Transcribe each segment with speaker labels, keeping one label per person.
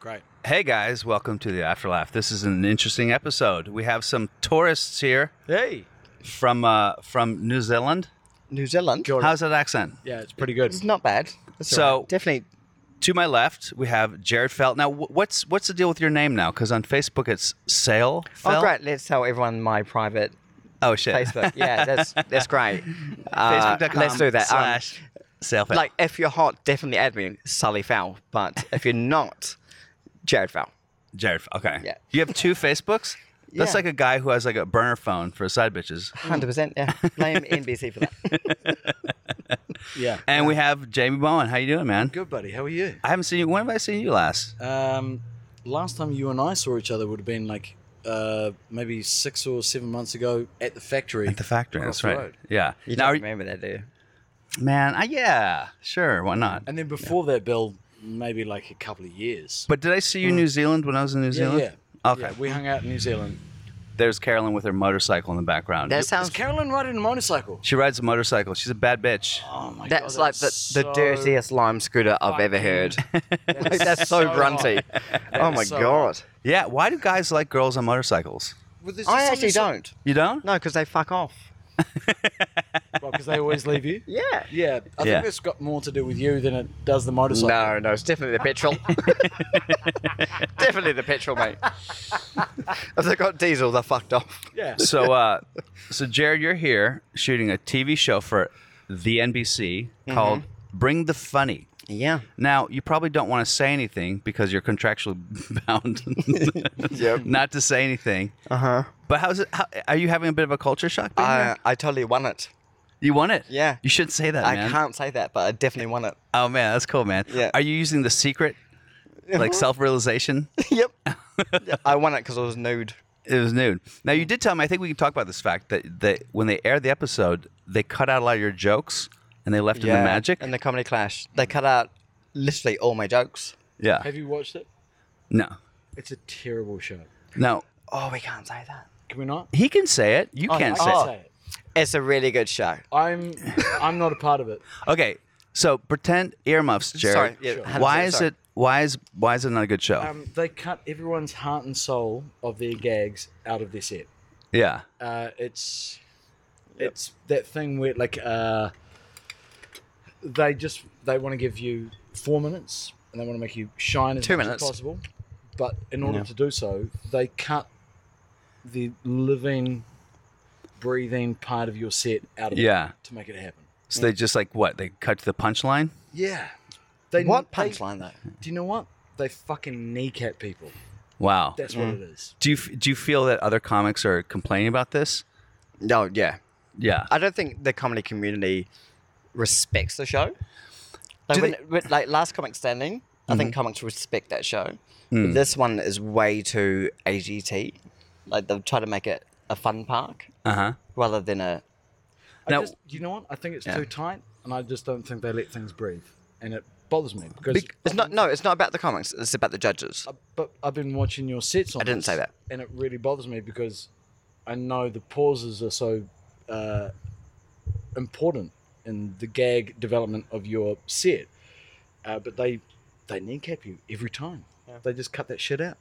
Speaker 1: Great.
Speaker 2: Hey guys, welcome to the Afterlaugh. This is an interesting episode. We have some tourists here
Speaker 1: Hey.
Speaker 2: from uh, from New Zealand.
Speaker 3: New Zealand.
Speaker 2: How's that accent?
Speaker 1: Yeah, it's pretty good.
Speaker 3: It's not bad. That's all
Speaker 2: So-
Speaker 3: right. definitely
Speaker 2: To my left, we have Jared Felt. Now, wh- what's what's the deal with your name now? Because on Facebook, it's Sale. Felt.
Speaker 3: Oh, great. Let's tell everyone my private
Speaker 2: Oh shit.
Speaker 3: Facebook. Yeah, that's that's great. Uh,
Speaker 2: Facebook.com
Speaker 3: let's do that. Um,
Speaker 2: Slash Sale. Felt.
Speaker 3: like, if you're hot, definitely add me, Sully Fowl. But if you're not, Jared Fowl.
Speaker 2: Jared. Felt. Okay.
Speaker 3: Yeah.
Speaker 2: You have two Facebooks. That's
Speaker 3: Yeah.
Speaker 2: like a guy who has like a burner phone for side bitches.
Speaker 1: Hmm.
Speaker 3: 100%. Yeah. Blame NBC for that.
Speaker 1: Yeah.
Speaker 2: And we have Jamie Bowen. How you doing, man?
Speaker 1: Good, buddy. How are you?
Speaker 2: I haven't seen you. When have I seen you last?
Speaker 1: Um, last time you and I saw each other would have been like uh, maybe six or seven months ago at the factory.
Speaker 2: At the factory.
Speaker 1: across
Speaker 2: That's
Speaker 1: the
Speaker 2: right.
Speaker 1: road.
Speaker 2: Yeah.
Speaker 3: You
Speaker 2: now,
Speaker 3: don't
Speaker 2: are you-
Speaker 3: remember that, do you?
Speaker 2: man. I, yeah. Sure. Why not?
Speaker 1: And then before that, Bill, maybe like a couple of years.
Speaker 2: But did I see you in New Zealand when I was in New
Speaker 1: Mm. yeah,
Speaker 2: Zealand?
Speaker 1: yeah.
Speaker 2: Okay.
Speaker 1: Yeah, we hung out in New Zealand.
Speaker 2: There's Carolyn with her motorcycle in the background.
Speaker 3: That sounds.
Speaker 1: Is Carolyn riding a motorcycle?
Speaker 2: she rides a motorcycle. She's a bad bitch.
Speaker 1: Oh my god.
Speaker 3: That's like the,
Speaker 1: that's
Speaker 3: the
Speaker 1: so-
Speaker 3: dirtiest lime scooter I've ever heard. Like, that's so,
Speaker 1: so
Speaker 3: grunty. oh my
Speaker 1: is so
Speaker 3: god!
Speaker 2: Yeah. Why do guys like girls on motorcycles?
Speaker 1: Well, there's
Speaker 3: I
Speaker 1: just
Speaker 3: actually
Speaker 1: something
Speaker 3: don't.
Speaker 2: You don't?
Speaker 3: No, because they fuck off.
Speaker 1: so- Well, because they always leave you.
Speaker 3: Yeah.
Speaker 1: Yeah, I
Speaker 2: Yeah.
Speaker 1: think that's got more to do with you than it does the motorcycle.
Speaker 3: No, no, it's definitely the petrol. definitely the petrol, mate. if they got diesel, they're fucked off.
Speaker 1: Yeah.
Speaker 2: So, uh, so Jared, you're here shooting a TV show for the NBC called
Speaker 3: Mm-hmm.
Speaker 2: Bring the Funny.
Speaker 3: Yeah.
Speaker 2: Now, you probably don't want to say anything because you're contractually bound
Speaker 3: Yep.
Speaker 2: not to say anything.
Speaker 3: Uh huh.
Speaker 2: But how's it? How, are you having a bit of a culture shock? being
Speaker 3: I
Speaker 2: here?
Speaker 3: I totally won it.
Speaker 2: you won it.
Speaker 3: yeah.
Speaker 2: You should say that,
Speaker 3: I
Speaker 2: man.
Speaker 3: can't say that, but I definitely won it.
Speaker 2: Oh man, that's cool, man.
Speaker 3: Yeah.
Speaker 2: Are you using the secret, like self-realization?
Speaker 3: yep. Yeah, I won it because I was nude.
Speaker 2: It was nude. Now you did tell me. I think we can talk about this fact that that when they aired the episode, they cut out a lot of your jokes and they left in the magic.
Speaker 3: And the comedy clash. They cut out literally all my jokes.
Speaker 2: yeah.
Speaker 1: Have you watched it?
Speaker 2: No.
Speaker 1: It's a terrible show.
Speaker 2: No.
Speaker 3: Oh, we can't say that.
Speaker 1: Can we not?
Speaker 2: He can say it. You
Speaker 1: I
Speaker 2: can't
Speaker 1: can
Speaker 2: say
Speaker 3: oh.
Speaker 2: it.
Speaker 1: say it.
Speaker 3: It's a really good show.
Speaker 1: I'm I'm not a part of it.
Speaker 2: Okay. So pretend earmuffs, Jared.
Speaker 3: Oh. Sorry, yeah, Sure.
Speaker 2: why
Speaker 3: 100%,
Speaker 2: is
Speaker 3: sorry.
Speaker 2: it? Why is why is it not a good show?
Speaker 1: Um, they cut everyone's heart and soul of their gags out of their set.
Speaker 2: yeah.
Speaker 1: Uh, it's it's that thing where like uh, they just they want to give you four minutes and they want to make you shine as
Speaker 3: Two
Speaker 1: much
Speaker 3: minutes.
Speaker 1: as possible. But in order to do so, they cut the living, breathing part of your set out of it
Speaker 2: Yeah.
Speaker 1: to make it happen.
Speaker 2: So they just like what? They cut to the punchline.
Speaker 1: Yeah. They
Speaker 3: What
Speaker 1: they-
Speaker 3: punchline though?
Speaker 1: Do you know what? They fucking kneecap people.
Speaker 2: Wow.
Speaker 1: That's
Speaker 3: Mm.
Speaker 1: what it is.
Speaker 2: Do you f- do you feel that other comics are complaining about this?
Speaker 3: No, Oh, yeah.
Speaker 2: Yeah.
Speaker 3: I don't think the comedy community respects the show. Like,
Speaker 2: Do
Speaker 3: when,
Speaker 2: they-
Speaker 3: when- like last comic standing, I think comics respect that show. But this one is way too AGT. Like they've tried to make it a fun park
Speaker 2: Uh huh.
Speaker 3: rather than a.
Speaker 2: Now-
Speaker 1: I just, you know what? I think it's too tight, and I just don't think they let things breathe, and it bothers me because.
Speaker 3: It's not. No, it's not about the comics. It's about the judges.
Speaker 1: but I've been watching your sets on.
Speaker 3: I didn't say
Speaker 1: this,
Speaker 3: that.
Speaker 1: And it really bothers me because I know the pauses are so uh, important in the gag development of your set, uh, but they they kneecap you every time. They just cut that shit out.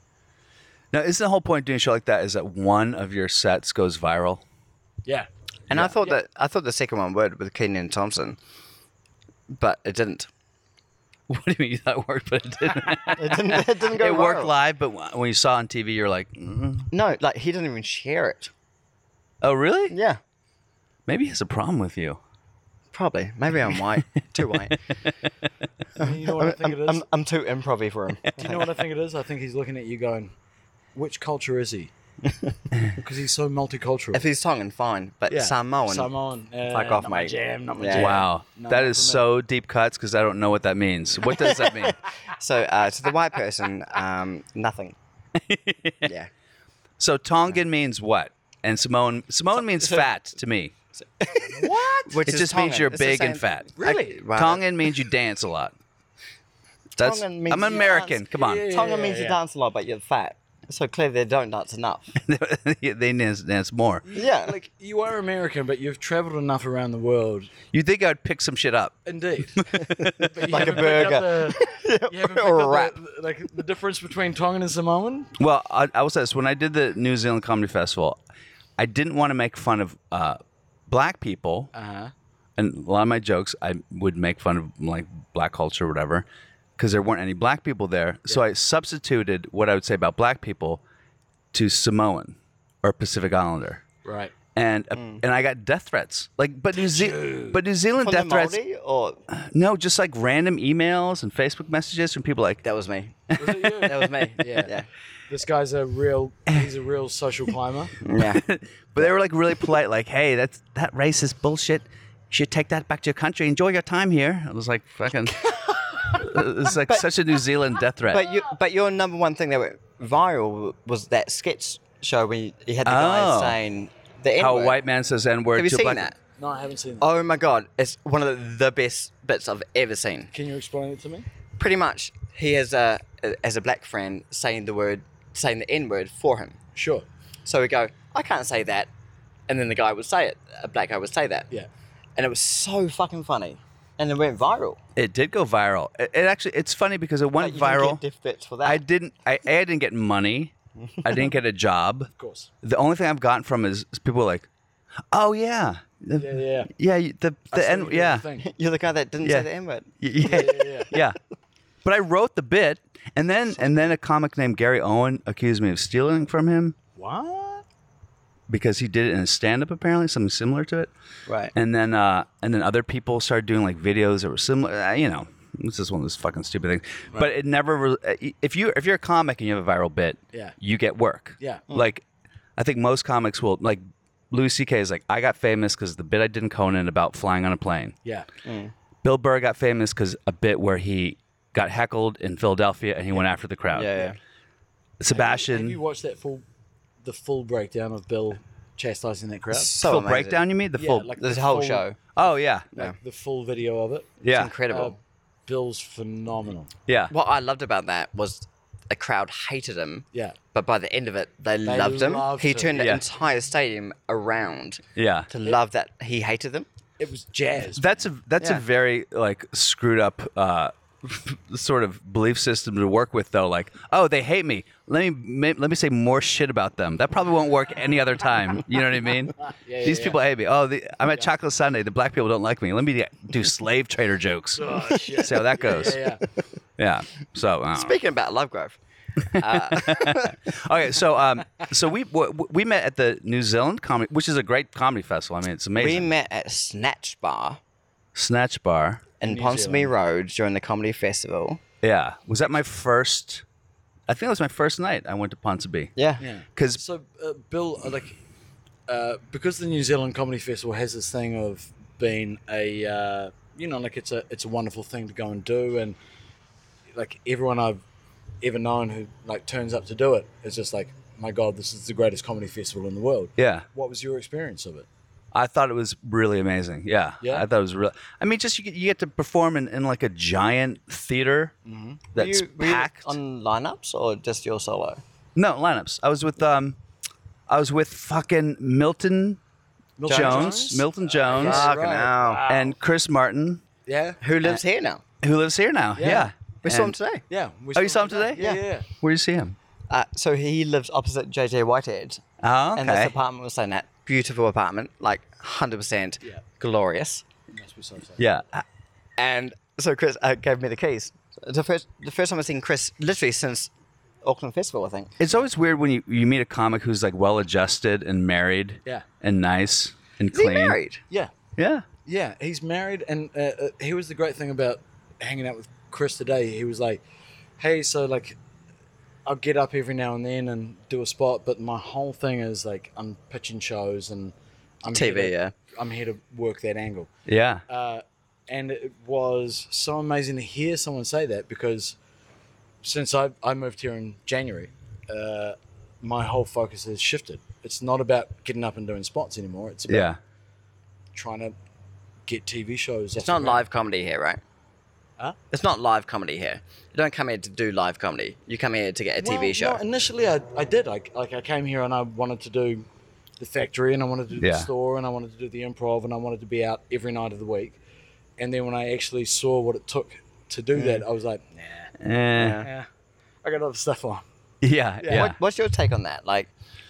Speaker 2: Now, isn't the whole point of doing a show like that is that one of your sets goes viral?
Speaker 1: Yeah.
Speaker 3: And I thought that I thought the second one would with Keenan Thompson, but it didn't.
Speaker 2: What do you mean that worked, but it didn't?
Speaker 3: It didn't. It didn't go.
Speaker 2: it worked
Speaker 3: viral.
Speaker 2: live, but wh- when you saw it on TV, you're like, mm.
Speaker 3: No, like he didn't even share it.
Speaker 2: oh, really?
Speaker 3: Yeah,
Speaker 2: Maybe he has a problem with you.
Speaker 3: probably. Maybe I'm white. too white.
Speaker 1: And you know what I think it is?
Speaker 3: I'm, I'm too improv for him.
Speaker 1: Do you know what I think it is? I think he's looking at you going, which culture is he? Because he's so multicultural.
Speaker 3: If he's Tongan, fine, but Samoan.
Speaker 1: Samoan. Uh,
Speaker 3: Fuck off,
Speaker 1: not my
Speaker 3: mate.
Speaker 1: jam, not my
Speaker 3: Yeah.
Speaker 1: jam.
Speaker 2: Wow.
Speaker 1: No,
Speaker 2: that
Speaker 1: not
Speaker 2: is
Speaker 1: for me.
Speaker 2: so deep cuts because I don't know what that means. What does that mean?
Speaker 3: So uh, to the white person, um, nothing. yeah,
Speaker 2: so Tongan means what? and Samoan Samoan means fat to me.
Speaker 3: What? Which
Speaker 2: It
Speaker 3: is
Speaker 2: just means
Speaker 3: Tongan.
Speaker 2: you're
Speaker 3: It's the
Speaker 2: big and
Speaker 3: same-
Speaker 2: fat.
Speaker 3: Really? Wow.
Speaker 2: Tongan means you dance a lot. That's
Speaker 3: Tongan means
Speaker 2: I'm
Speaker 3: you
Speaker 2: American.
Speaker 3: dance.
Speaker 2: Come on,
Speaker 3: Tongan means you dance a lot, but you're fat. So clearly they don't dance enough.
Speaker 2: they dance, dance more.
Speaker 3: Yeah.
Speaker 1: Like you are American, but you've travelled enough around the world.
Speaker 2: You'd think I'd pick some shit up.
Speaker 1: Indeed, But you
Speaker 3: Like a
Speaker 1: haven't picked up
Speaker 3: burger.
Speaker 1: the- you haven't picked
Speaker 3: Or a
Speaker 1: up the-
Speaker 3: wrap.
Speaker 1: like the difference between Tongan and Samoan.
Speaker 2: Well, I, I will say this: when I did the New Zealand Comedy Festival, I didn't want to make fun of uh, black people,
Speaker 1: Uh-huh.
Speaker 2: and a lot of my jokes I would make fun of like black culture or whatever, because there weren't any black people there. So I substituted what I would say about black people to Samoan or Pacific Islander.
Speaker 1: Right.
Speaker 2: And uh, and I got death threats. Like, but New, Ze- but New Zealand
Speaker 3: Mm.
Speaker 2: death
Speaker 3: From the
Speaker 2: threats.
Speaker 3: Maori or
Speaker 2: No, just like random emails and Facebook messages from people like
Speaker 3: that was me.
Speaker 1: Was it you?
Speaker 3: That was me.
Speaker 1: Yeah.
Speaker 3: Yeah.
Speaker 1: This guy's a real. He's a real social climber.
Speaker 3: Yeah.
Speaker 2: But they were like really polite, like, "Hey, that's that racist bullshit. You should take that back to your country. Enjoy your time here." I was like, "Fucking." it's like such a New Zealand death threat.
Speaker 3: But you, but your number one thing that went viral was that sketch show where you- you had the
Speaker 2: Oh.
Speaker 3: guy saying the
Speaker 2: How a
Speaker 3: N-word.
Speaker 2: white man says N word.
Speaker 3: Have you
Speaker 2: to a
Speaker 3: seen
Speaker 2: black-
Speaker 3: that?
Speaker 1: No, I haven't seen that.
Speaker 3: Oh my god, it's one of the, the best bits I've ever seen.
Speaker 1: Can you explain it to me?
Speaker 3: Pretty much, he has a as a black friend saying the word, saying the N word for him.
Speaker 1: Sure.
Speaker 3: So we go, I can't say that, and then the guy would say it. A black guy would say that.
Speaker 1: Yeah.
Speaker 3: And it was so fucking funny, and it went viral.
Speaker 2: It did go viral. It, it actually, it's funny because it
Speaker 3: Like,
Speaker 2: went
Speaker 3: you didn't
Speaker 2: viral.
Speaker 3: get death threats for that.
Speaker 2: I didn't. I, A, I didn't get money. I didn't get a job.
Speaker 1: Of course.
Speaker 2: The only thing I've gotten from is, is people like, "Oh yeah, the,
Speaker 1: Yeah, yeah.
Speaker 2: yeah, you- the
Speaker 1: I saw
Speaker 2: the
Speaker 1: you
Speaker 2: N,
Speaker 1: do the
Speaker 2: yeah,
Speaker 1: thing.
Speaker 3: You're the guy that didn't
Speaker 2: Yeah.
Speaker 3: say the N word.
Speaker 2: yeah,
Speaker 1: yeah.
Speaker 2: yeah. But I wrote the bit, and then and then a comic named Gary Owen accused me of stealing from him
Speaker 1: What?
Speaker 2: because he did it in a stand-up apparently, something similar to it.
Speaker 3: Right.
Speaker 2: And then uh, and then other people started doing like videos that were similar. Uh, you know, it's just one of those fucking stupid things. But it never. re- uh, If you if you're a comic and you have a viral bit,
Speaker 1: Yeah.
Speaker 2: you get work.
Speaker 1: Yeah. Mm.
Speaker 2: Like, I think most comics will like. Louis C.K. is like, I got famous because the bit I did in Conan about flying on a plane.
Speaker 1: Yeah.
Speaker 2: Bill Burr got famous because a bit where he got heckled in Philadelphia and he went after the crowd.
Speaker 3: Yeah, yeah.
Speaker 2: Sebastian,
Speaker 1: Have you watched that full, the full breakdown of Bill chastising that crowd?
Speaker 3: So
Speaker 2: full
Speaker 3: amazing.
Speaker 2: breakdown? You mean the full?
Speaker 1: like
Speaker 3: This
Speaker 1: the
Speaker 3: whole
Speaker 1: full-
Speaker 3: show.
Speaker 2: oh yeah,
Speaker 1: Like the full video of it.
Speaker 2: yeah,
Speaker 3: Incredible.
Speaker 1: Uh, Bill's phenomenal.
Speaker 2: yeah.
Speaker 3: What I loved about that was the crowd hated him,
Speaker 1: Yeah.
Speaker 3: but by the end of it, they, loved him.
Speaker 1: loved
Speaker 3: he
Speaker 1: him.
Speaker 3: turned the
Speaker 2: Yeah.
Speaker 3: entire stadium around
Speaker 2: Yeah.
Speaker 3: to love that he hated them.
Speaker 1: It was jazz.
Speaker 2: That's a that's
Speaker 3: Yeah.
Speaker 2: a very like screwed up uh, sort of belief system to work with though. Like, oh, they hate me. Let me ma- let me say more shit about them. That probably won't work any other time. You know what I mean?
Speaker 1: yeah,
Speaker 2: These
Speaker 1: yeah.
Speaker 2: people hate me. Oh, the, I'm at Chocolate Sunday. The black people don't like me. Let me do slave trader jokes. See how that goes.
Speaker 1: Oh, yeah, yeah.
Speaker 2: Yeah. So I don't know.
Speaker 3: Speaking about Lovegrove,
Speaker 2: okay, so um, so we w- we met at the New Zealand comedy, which is a great comedy festival. I mean, it's
Speaker 3: we
Speaker 2: amazing.
Speaker 3: met at Snatch Bar
Speaker 2: Snatch Bar.
Speaker 3: in Ponsonby Road during the comedy festival.
Speaker 2: Yeah, was that my first? I think that was my first night I went to Ponsonby.
Speaker 3: Yeah.
Speaker 1: yeah.
Speaker 2: Because
Speaker 1: So, uh, Bill, uh, like, uh, because the New Zealand Comedy Festival has this thing of being a, uh, you know, like it's a it's a wonderful thing to go and do, and like everyone I've ever known who like turns up to do it is just like, my God, this is the greatest comedy festival in the world.
Speaker 2: yeah,
Speaker 1: What was your experience of it?
Speaker 2: I thought it was really amazing. Yeah,
Speaker 1: Yeah?
Speaker 2: I thought it was real. I mean, just you get, you get to perform in, in like a giant theater
Speaker 3: Were
Speaker 2: that's
Speaker 3: you- were you
Speaker 2: packed.
Speaker 3: Mm-hmm. on lineups or just your solo?
Speaker 2: no lineups. I was with um, I was with fucking Milton Jones,
Speaker 1: Milton Jones?
Speaker 2: Milton Jones,
Speaker 3: Uh, Fucking
Speaker 1: right.
Speaker 3: hell.
Speaker 2: and Chris Martin,
Speaker 1: Yeah,
Speaker 3: Who lives here now?
Speaker 2: who lives here now. Yeah,
Speaker 3: We saw him
Speaker 2: And-
Speaker 3: today.
Speaker 1: yeah. We
Speaker 2: Oh, you saw him today?
Speaker 1: Yeah,
Speaker 3: Yeah.
Speaker 1: yeah. yeah.
Speaker 2: Where do you see him?
Speaker 3: Uh, so he lives opposite JJ Whitehead.
Speaker 2: Oh, okay.
Speaker 3: And this apartment was saying that beautiful apartment, like 100%
Speaker 1: Yeah.
Speaker 3: glorious.
Speaker 1: It must be so sad.
Speaker 2: yeah.
Speaker 3: And so Chris uh, gave me the keys. The first, the first time I've seen Chris, literally since Auckland Festival, I think.
Speaker 2: It's always weird when you, you meet a comic who's like well adjusted and married
Speaker 1: Yeah.
Speaker 2: and nice and
Speaker 3: Is he
Speaker 2: clean.
Speaker 3: married?
Speaker 1: yeah.
Speaker 2: Yeah.
Speaker 1: Yeah, he's married, and uh, uh, he was the great thing about hanging out with Chris today. He was like, "Hey, so like, I'll get up every now and then and do a spot, but my whole thing is like, I'm pitching shows and I'm here
Speaker 3: TV,
Speaker 1: to-
Speaker 3: yeah.
Speaker 1: I'm here to work that angle."
Speaker 2: Yeah.
Speaker 1: Uh, and it was so amazing to hear someone say that because since I I moved here in January, uh, my whole focus has shifted. It's not about getting up and doing spots anymore. It's about
Speaker 2: Yeah.
Speaker 1: trying to get TV shows.
Speaker 3: It's
Speaker 1: off
Speaker 3: not
Speaker 1: the
Speaker 3: live comedy here, right?
Speaker 1: Huh?
Speaker 3: It's not live comedy here. You don't come here to do live comedy. You come here to get a
Speaker 1: ground. Well,
Speaker 3: TV show.
Speaker 1: no, initially, I, I did. I, like I came here and I wanted to do the factory, and I wanted to do the
Speaker 2: Yeah.
Speaker 1: store, and I wanted to do the improv, and I wanted to be out every night of the week. And then when I actually saw what it took to do
Speaker 2: Mm.
Speaker 1: that, I was like, nah,
Speaker 2: Eh.
Speaker 1: yeah, I got other stuff on.
Speaker 2: Yeah. Yeah.
Speaker 3: What, what's your take on that? Like,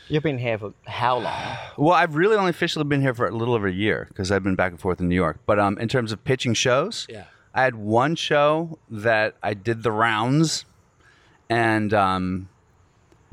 Speaker 3: you've been here for how long?
Speaker 2: Well, I've really only officially been here for a little over a year because I've been back and forth in New York. But um, in terms of pitching shows,
Speaker 1: Yeah.
Speaker 2: I had one show that I did the rounds, and um,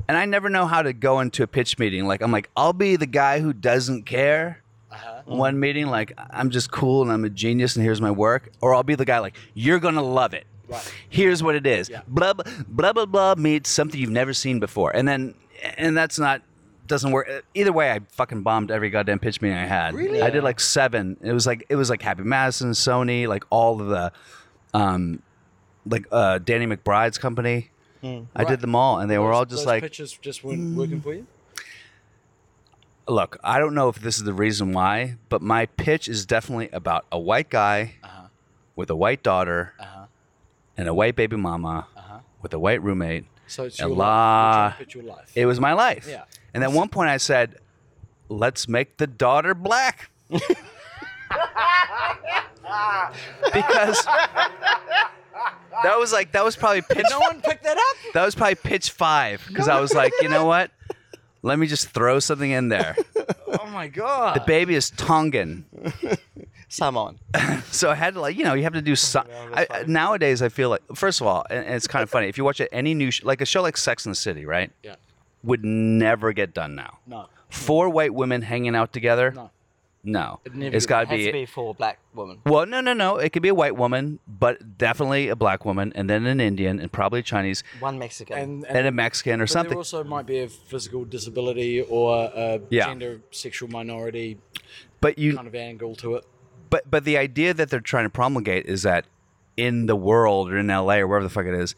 Speaker 2: and I never know how to go into a pitch meeting. Like I'm like I'll be the guy who doesn't care.
Speaker 1: Uh-huh.
Speaker 2: One meeting, like I'm just cool and I'm a genius and here's my work, or I'll be the guy like you're gonna love it.
Speaker 1: Right.
Speaker 2: Here's what it is.
Speaker 1: Yeah.
Speaker 2: Blah blah blah blah blah meets something you've never seen before, and then and that's not doesn't work either way. I fucking bombed every goddamn pitch meeting I had. Really? I did like seven. It was like it was like Happy Madison, Sony, like all of the, um, like uh, Danny McBride's company. I
Speaker 1: Right.
Speaker 2: did them all, and they were all
Speaker 1: Those-
Speaker 2: just
Speaker 1: those
Speaker 2: like,
Speaker 1: pictures just weren't working for you.
Speaker 2: look, I don't know if this is the reason why, but my pitch is definitely about a white guy
Speaker 1: Uh-huh.
Speaker 2: with a white daughter and a white baby mama
Speaker 1: Uh-huh.
Speaker 2: with a white roommate.
Speaker 1: So it's
Speaker 2: A
Speaker 1: your life. You're trying to picture your life.
Speaker 2: It was my life.
Speaker 1: Yeah.
Speaker 2: And at one point I said, let's make the daughter black. because that was like that was probably pitch
Speaker 1: no one picked that up.
Speaker 2: that was probably pitch five because I was like, you know what? Let me just throw something in there.
Speaker 1: Oh my god.
Speaker 2: The baby is Tongan.
Speaker 3: Someone.
Speaker 2: so I had to like you know you have to do so- I, I- nowadays I feel like first of all and, and it's kind of funny if you watch any new sh- like a show like Sex and the City right
Speaker 1: Yeah.
Speaker 2: would never get done now
Speaker 1: No.
Speaker 2: four white women hanging out together
Speaker 1: No.
Speaker 2: no
Speaker 1: It'd never
Speaker 2: it's
Speaker 1: get-
Speaker 2: got
Speaker 3: It
Speaker 2: to
Speaker 3: has
Speaker 2: be,
Speaker 3: to be for a black woman.
Speaker 2: well no no no it could be a white woman but definitely a black woman and then an Indian and probably a Chinese
Speaker 3: One Mexican.
Speaker 1: And,
Speaker 2: and a Mexican or
Speaker 1: but
Speaker 2: something
Speaker 1: There also might be a physical disability or a
Speaker 2: Yeah.
Speaker 1: gender sexual minority
Speaker 2: but you
Speaker 1: kind of angle to it.
Speaker 2: but but the idea that they're trying to promulgate is that in the world or in LA or wherever the fuck it is,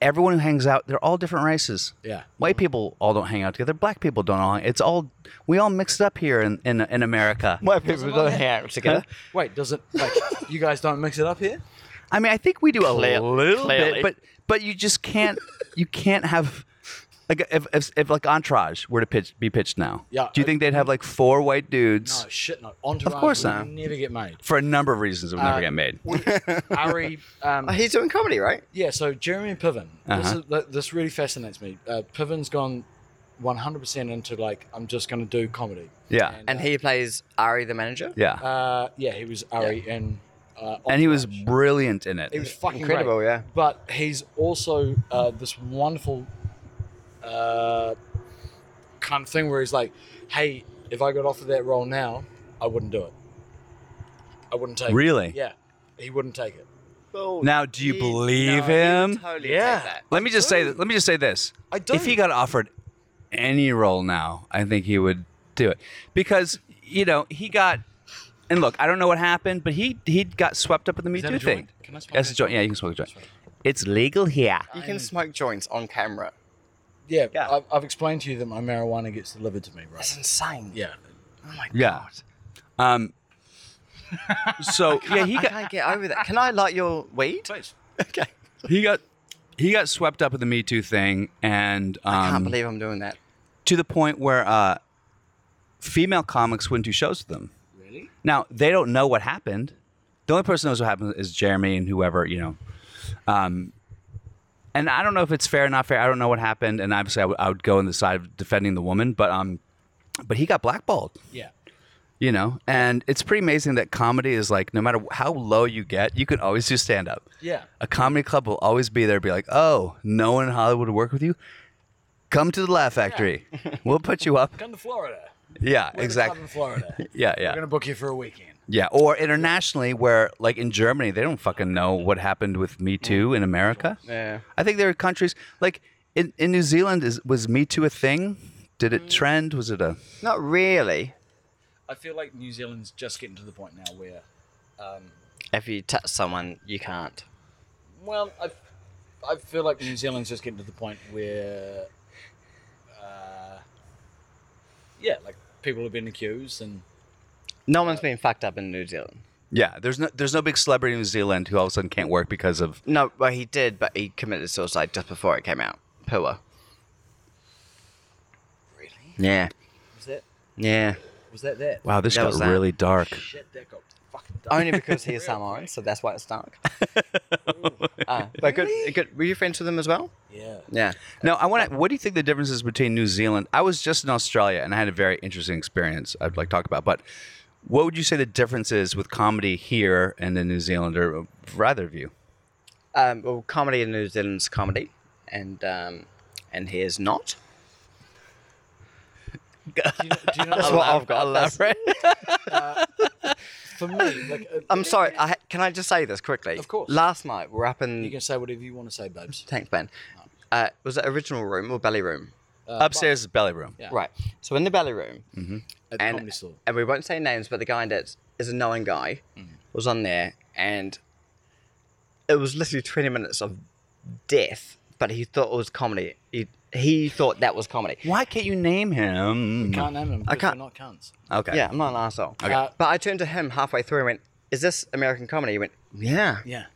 Speaker 2: everyone who hangs out, they're all different races.
Speaker 1: Yeah.
Speaker 2: White people all don't hang out together. Black people don't all. It's all we all mixed up here in in, in America.
Speaker 3: White people don't hang out together.
Speaker 1: Wait, does it like you guys don't mix it up here?
Speaker 2: I mean, I think we do a
Speaker 3: Clear-
Speaker 2: little
Speaker 3: clearly.
Speaker 2: bit, but but you just can't you can't have. Like if, if, if like Entourage were to pitch be pitched now,
Speaker 1: Yeah.
Speaker 2: do you think they'd have like four white dudes
Speaker 1: No shit, no. Entourage
Speaker 2: course
Speaker 1: would
Speaker 2: not.
Speaker 1: never get made.
Speaker 2: for a number of reasons that would never
Speaker 1: Uh,
Speaker 2: get made?
Speaker 1: Ari, um,
Speaker 3: Oh, he's doing comedy, right?
Speaker 1: yeah. So Jeremy Piven, this,
Speaker 2: Uh-huh.
Speaker 1: is, th- this really fascinates me. Uh, Piven's gone 100% into like I'm just going to do comedy.
Speaker 2: Yeah,
Speaker 3: And
Speaker 1: uh,
Speaker 3: he plays Ari the manager.
Speaker 2: yeah,
Speaker 1: Uh, yeah, he was Ari and uh,
Speaker 2: and he was
Speaker 1: Entourage.
Speaker 2: brilliant in it.
Speaker 1: he was fucking
Speaker 3: Incredible,
Speaker 1: great.
Speaker 3: yeah.
Speaker 1: But he's also uh, this wonderful uh, kind of thing where he's like, "Hey, if I got offered that role now, I wouldn't do it. I wouldn't take
Speaker 2: Really?
Speaker 1: it." Yeah, he wouldn't take it.
Speaker 2: Now, do you
Speaker 3: He-
Speaker 2: believe
Speaker 3: no, he
Speaker 2: him?
Speaker 3: would Totally
Speaker 1: Yeah.
Speaker 3: Take that.
Speaker 2: Let me just say. th- Let me just say this.
Speaker 1: I do.
Speaker 2: If he got offered any role now, I think he would do it because you know he got. And look, I don't know what happened, but he he got swept up in the Me
Speaker 1: Is that
Speaker 2: Too
Speaker 1: a
Speaker 2: thing.
Speaker 1: joint? Can I smoke
Speaker 2: That's
Speaker 1: that
Speaker 2: a joint. Yeah, you can smoke a joint. It's legal here.
Speaker 3: You can smoke joints on camera.
Speaker 1: Yeah,
Speaker 2: Yeah.
Speaker 1: I've, I've explained to you that my marijuana gets delivered to me,
Speaker 3: That's
Speaker 1: right?
Speaker 3: insane.
Speaker 1: Yeah.
Speaker 3: Oh my
Speaker 2: Yeah. Um. So yeah, he
Speaker 3: I
Speaker 2: got
Speaker 3: can't get over that. Can I light your weed?
Speaker 1: Please.
Speaker 3: Okay.
Speaker 2: he got he got swept up in the Me Too thing, and um,
Speaker 3: I can't believe I'm doing that.
Speaker 2: to the point where uh, female comics wouldn't do shows with them.
Speaker 1: Really?
Speaker 2: Now they don't know what happened. The only person who knows what happened is Jeremy and whoever you know. Um, and I don't know if it's fair or not fair. I don't know what happened, and obviously I would- I would go on the side of defending the woman, but um, but he got blackballed,
Speaker 1: Yeah.
Speaker 2: you know. And it's pretty amazing that comedy is like no matter how low you get, you can always do stand up.
Speaker 1: Yeah.
Speaker 2: A comedy club will always be there. Be like, oh, no one in Hollywood will work with you. Come to the Laugh Factory. we'll put you up.
Speaker 1: Come to Florida.
Speaker 2: Yeah,
Speaker 1: We're the club
Speaker 2: exactly.
Speaker 1: in Florida.
Speaker 2: Yeah,
Speaker 1: We're
Speaker 2: yeah.
Speaker 1: gonna book you for a weekend.
Speaker 2: Yeah, or internationally, where like in Germany, they don't fucking know what happened with Me Too in America.
Speaker 3: Yeah.
Speaker 2: I think there are countries like in, in New Zealand is was Me Too a thing? Did it trend? Was it a
Speaker 3: Not really.
Speaker 1: I feel like New Zealand's just getting to the point now where, um,
Speaker 3: If you touch someone, you can't.
Speaker 1: well, I, I feel like New Zealand's just getting to the point where, uh, yeah, like people have been accused and
Speaker 3: No one's been fucked up in New Zealand.
Speaker 2: Yeah, there's no there's no big celebrity in New Zealand who all of a sudden can't work because of
Speaker 3: No, well, he did, but he committed suicide just before it came out. Pua.
Speaker 1: really
Speaker 3: Yeah.
Speaker 1: was that
Speaker 3: Yeah.
Speaker 1: was that that?
Speaker 2: wow. This
Speaker 3: That
Speaker 2: got
Speaker 3: was that.
Speaker 2: really dark.
Speaker 1: Shit, that got fucking dark.
Speaker 3: Only because he is Samoan, so that's why it's dark. uh, but good, good. Were you friends with him as well?
Speaker 1: Yeah.
Speaker 3: Yeah.
Speaker 2: No, I want to. What do you think the difference is between New Zealand? I was just in Australia and I had a very interesting experience I'd like to talk about. But what would you say the difference is with comedy here and in New Zealand, or uh, rather of you?
Speaker 3: Um, well, comedy in New Zealand's comedy, and um, and he is not.
Speaker 1: Do you know, do you know
Speaker 3: That's
Speaker 1: what-
Speaker 3: what I've got.
Speaker 2: Elaborate.
Speaker 1: for me, like uh,
Speaker 3: I'm sorry. I, ha- can I just say this quickly?
Speaker 1: Of course.
Speaker 3: Last night we're up in
Speaker 1: you Oh. can say whatever you want to say, babes.
Speaker 3: Thanks, Ben. Uh, was it original room or belly room?
Speaker 1: Uh,
Speaker 2: Upstairs is belly room.
Speaker 1: Yeah.
Speaker 3: Right. So in the belly room,
Speaker 1: at the
Speaker 3: and-
Speaker 1: comedy store.
Speaker 3: and we won't say names, but the guy that is a known guy
Speaker 1: Mm.
Speaker 3: was on there, and it was literally twenty minutes of death. But he thought it was comedy. He he thought that was comedy.
Speaker 2: Why can't you name him?
Speaker 1: Can't name them.
Speaker 3: I
Speaker 1: I can't.
Speaker 3: can't-
Speaker 1: Not cunts.
Speaker 2: Okay.
Speaker 3: Yeah, I'm not an asshole.
Speaker 1: Okay. Uh,
Speaker 3: but I turned to him halfway through and went, "Is this American comedy?" He went, "Yeah."
Speaker 1: Yeah.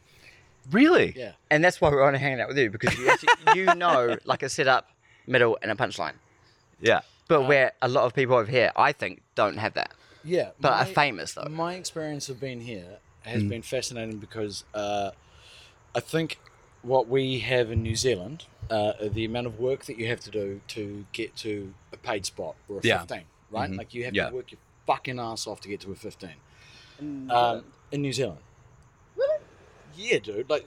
Speaker 2: Really?
Speaker 1: Yeah.
Speaker 3: And that's why we're only hanging out with you because you actually, you know like a setup, middle, and a punchline.
Speaker 2: Yeah.
Speaker 3: But where a lot of people over here, I think, don't have that.
Speaker 1: Yeah.
Speaker 3: But
Speaker 1: my-
Speaker 3: are famous though.
Speaker 1: My experience of being here has
Speaker 2: Mm.
Speaker 1: been fascinating because uh, I think what we have in New Zealand, uh, the amount of work that you have to do to get to a paid spot or a
Speaker 2: Yeah. Mm-hmm.
Speaker 1: 15, right? Like you have
Speaker 2: Yeah.
Speaker 1: to work your fucking ass off to get to a 15. Um, in New Zealand. Really? Yeah, dude. Like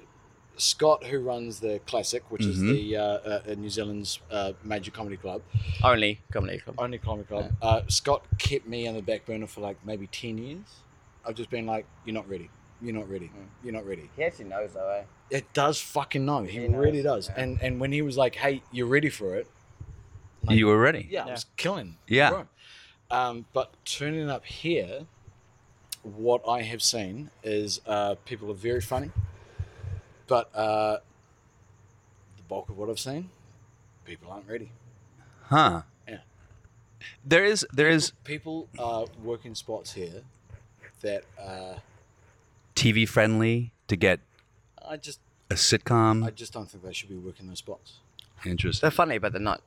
Speaker 1: Scott, who runs the Classic, which is
Speaker 2: Mhm.
Speaker 1: the uh, uh, uh, New Zealand's uh, major comedy club,
Speaker 3: Only comedy club.
Speaker 1: only comic club. Uh, Scott kept me on the back burner for like maybe ten years. I've just been like, "You're not ready. You're not ready.
Speaker 3: Mm.
Speaker 1: You're not ready."
Speaker 3: He actually knows though, eh?
Speaker 1: It does fucking know. He,
Speaker 3: He knows,
Speaker 1: really does.
Speaker 3: yeah.
Speaker 1: And and when he was like, "Hey, you're ready for it," Like-
Speaker 2: you were ready.
Speaker 1: yeah, I
Speaker 3: Yeah.
Speaker 1: was killing.
Speaker 2: Yeah.
Speaker 1: Rome. Um, but turning up here, what I have seen is uh, people are very funny, but uh, the bulk of what I've seen, people aren't ready.
Speaker 2: Huh.
Speaker 1: Yeah.
Speaker 2: There is there is
Speaker 1: People are working spots here that. Uh,
Speaker 2: TV friendly to get
Speaker 1: I just
Speaker 2: a sitcom.
Speaker 1: I just don't think they should be working those spots.
Speaker 3: They're
Speaker 2: Interesting.
Speaker 3: funny, but they're not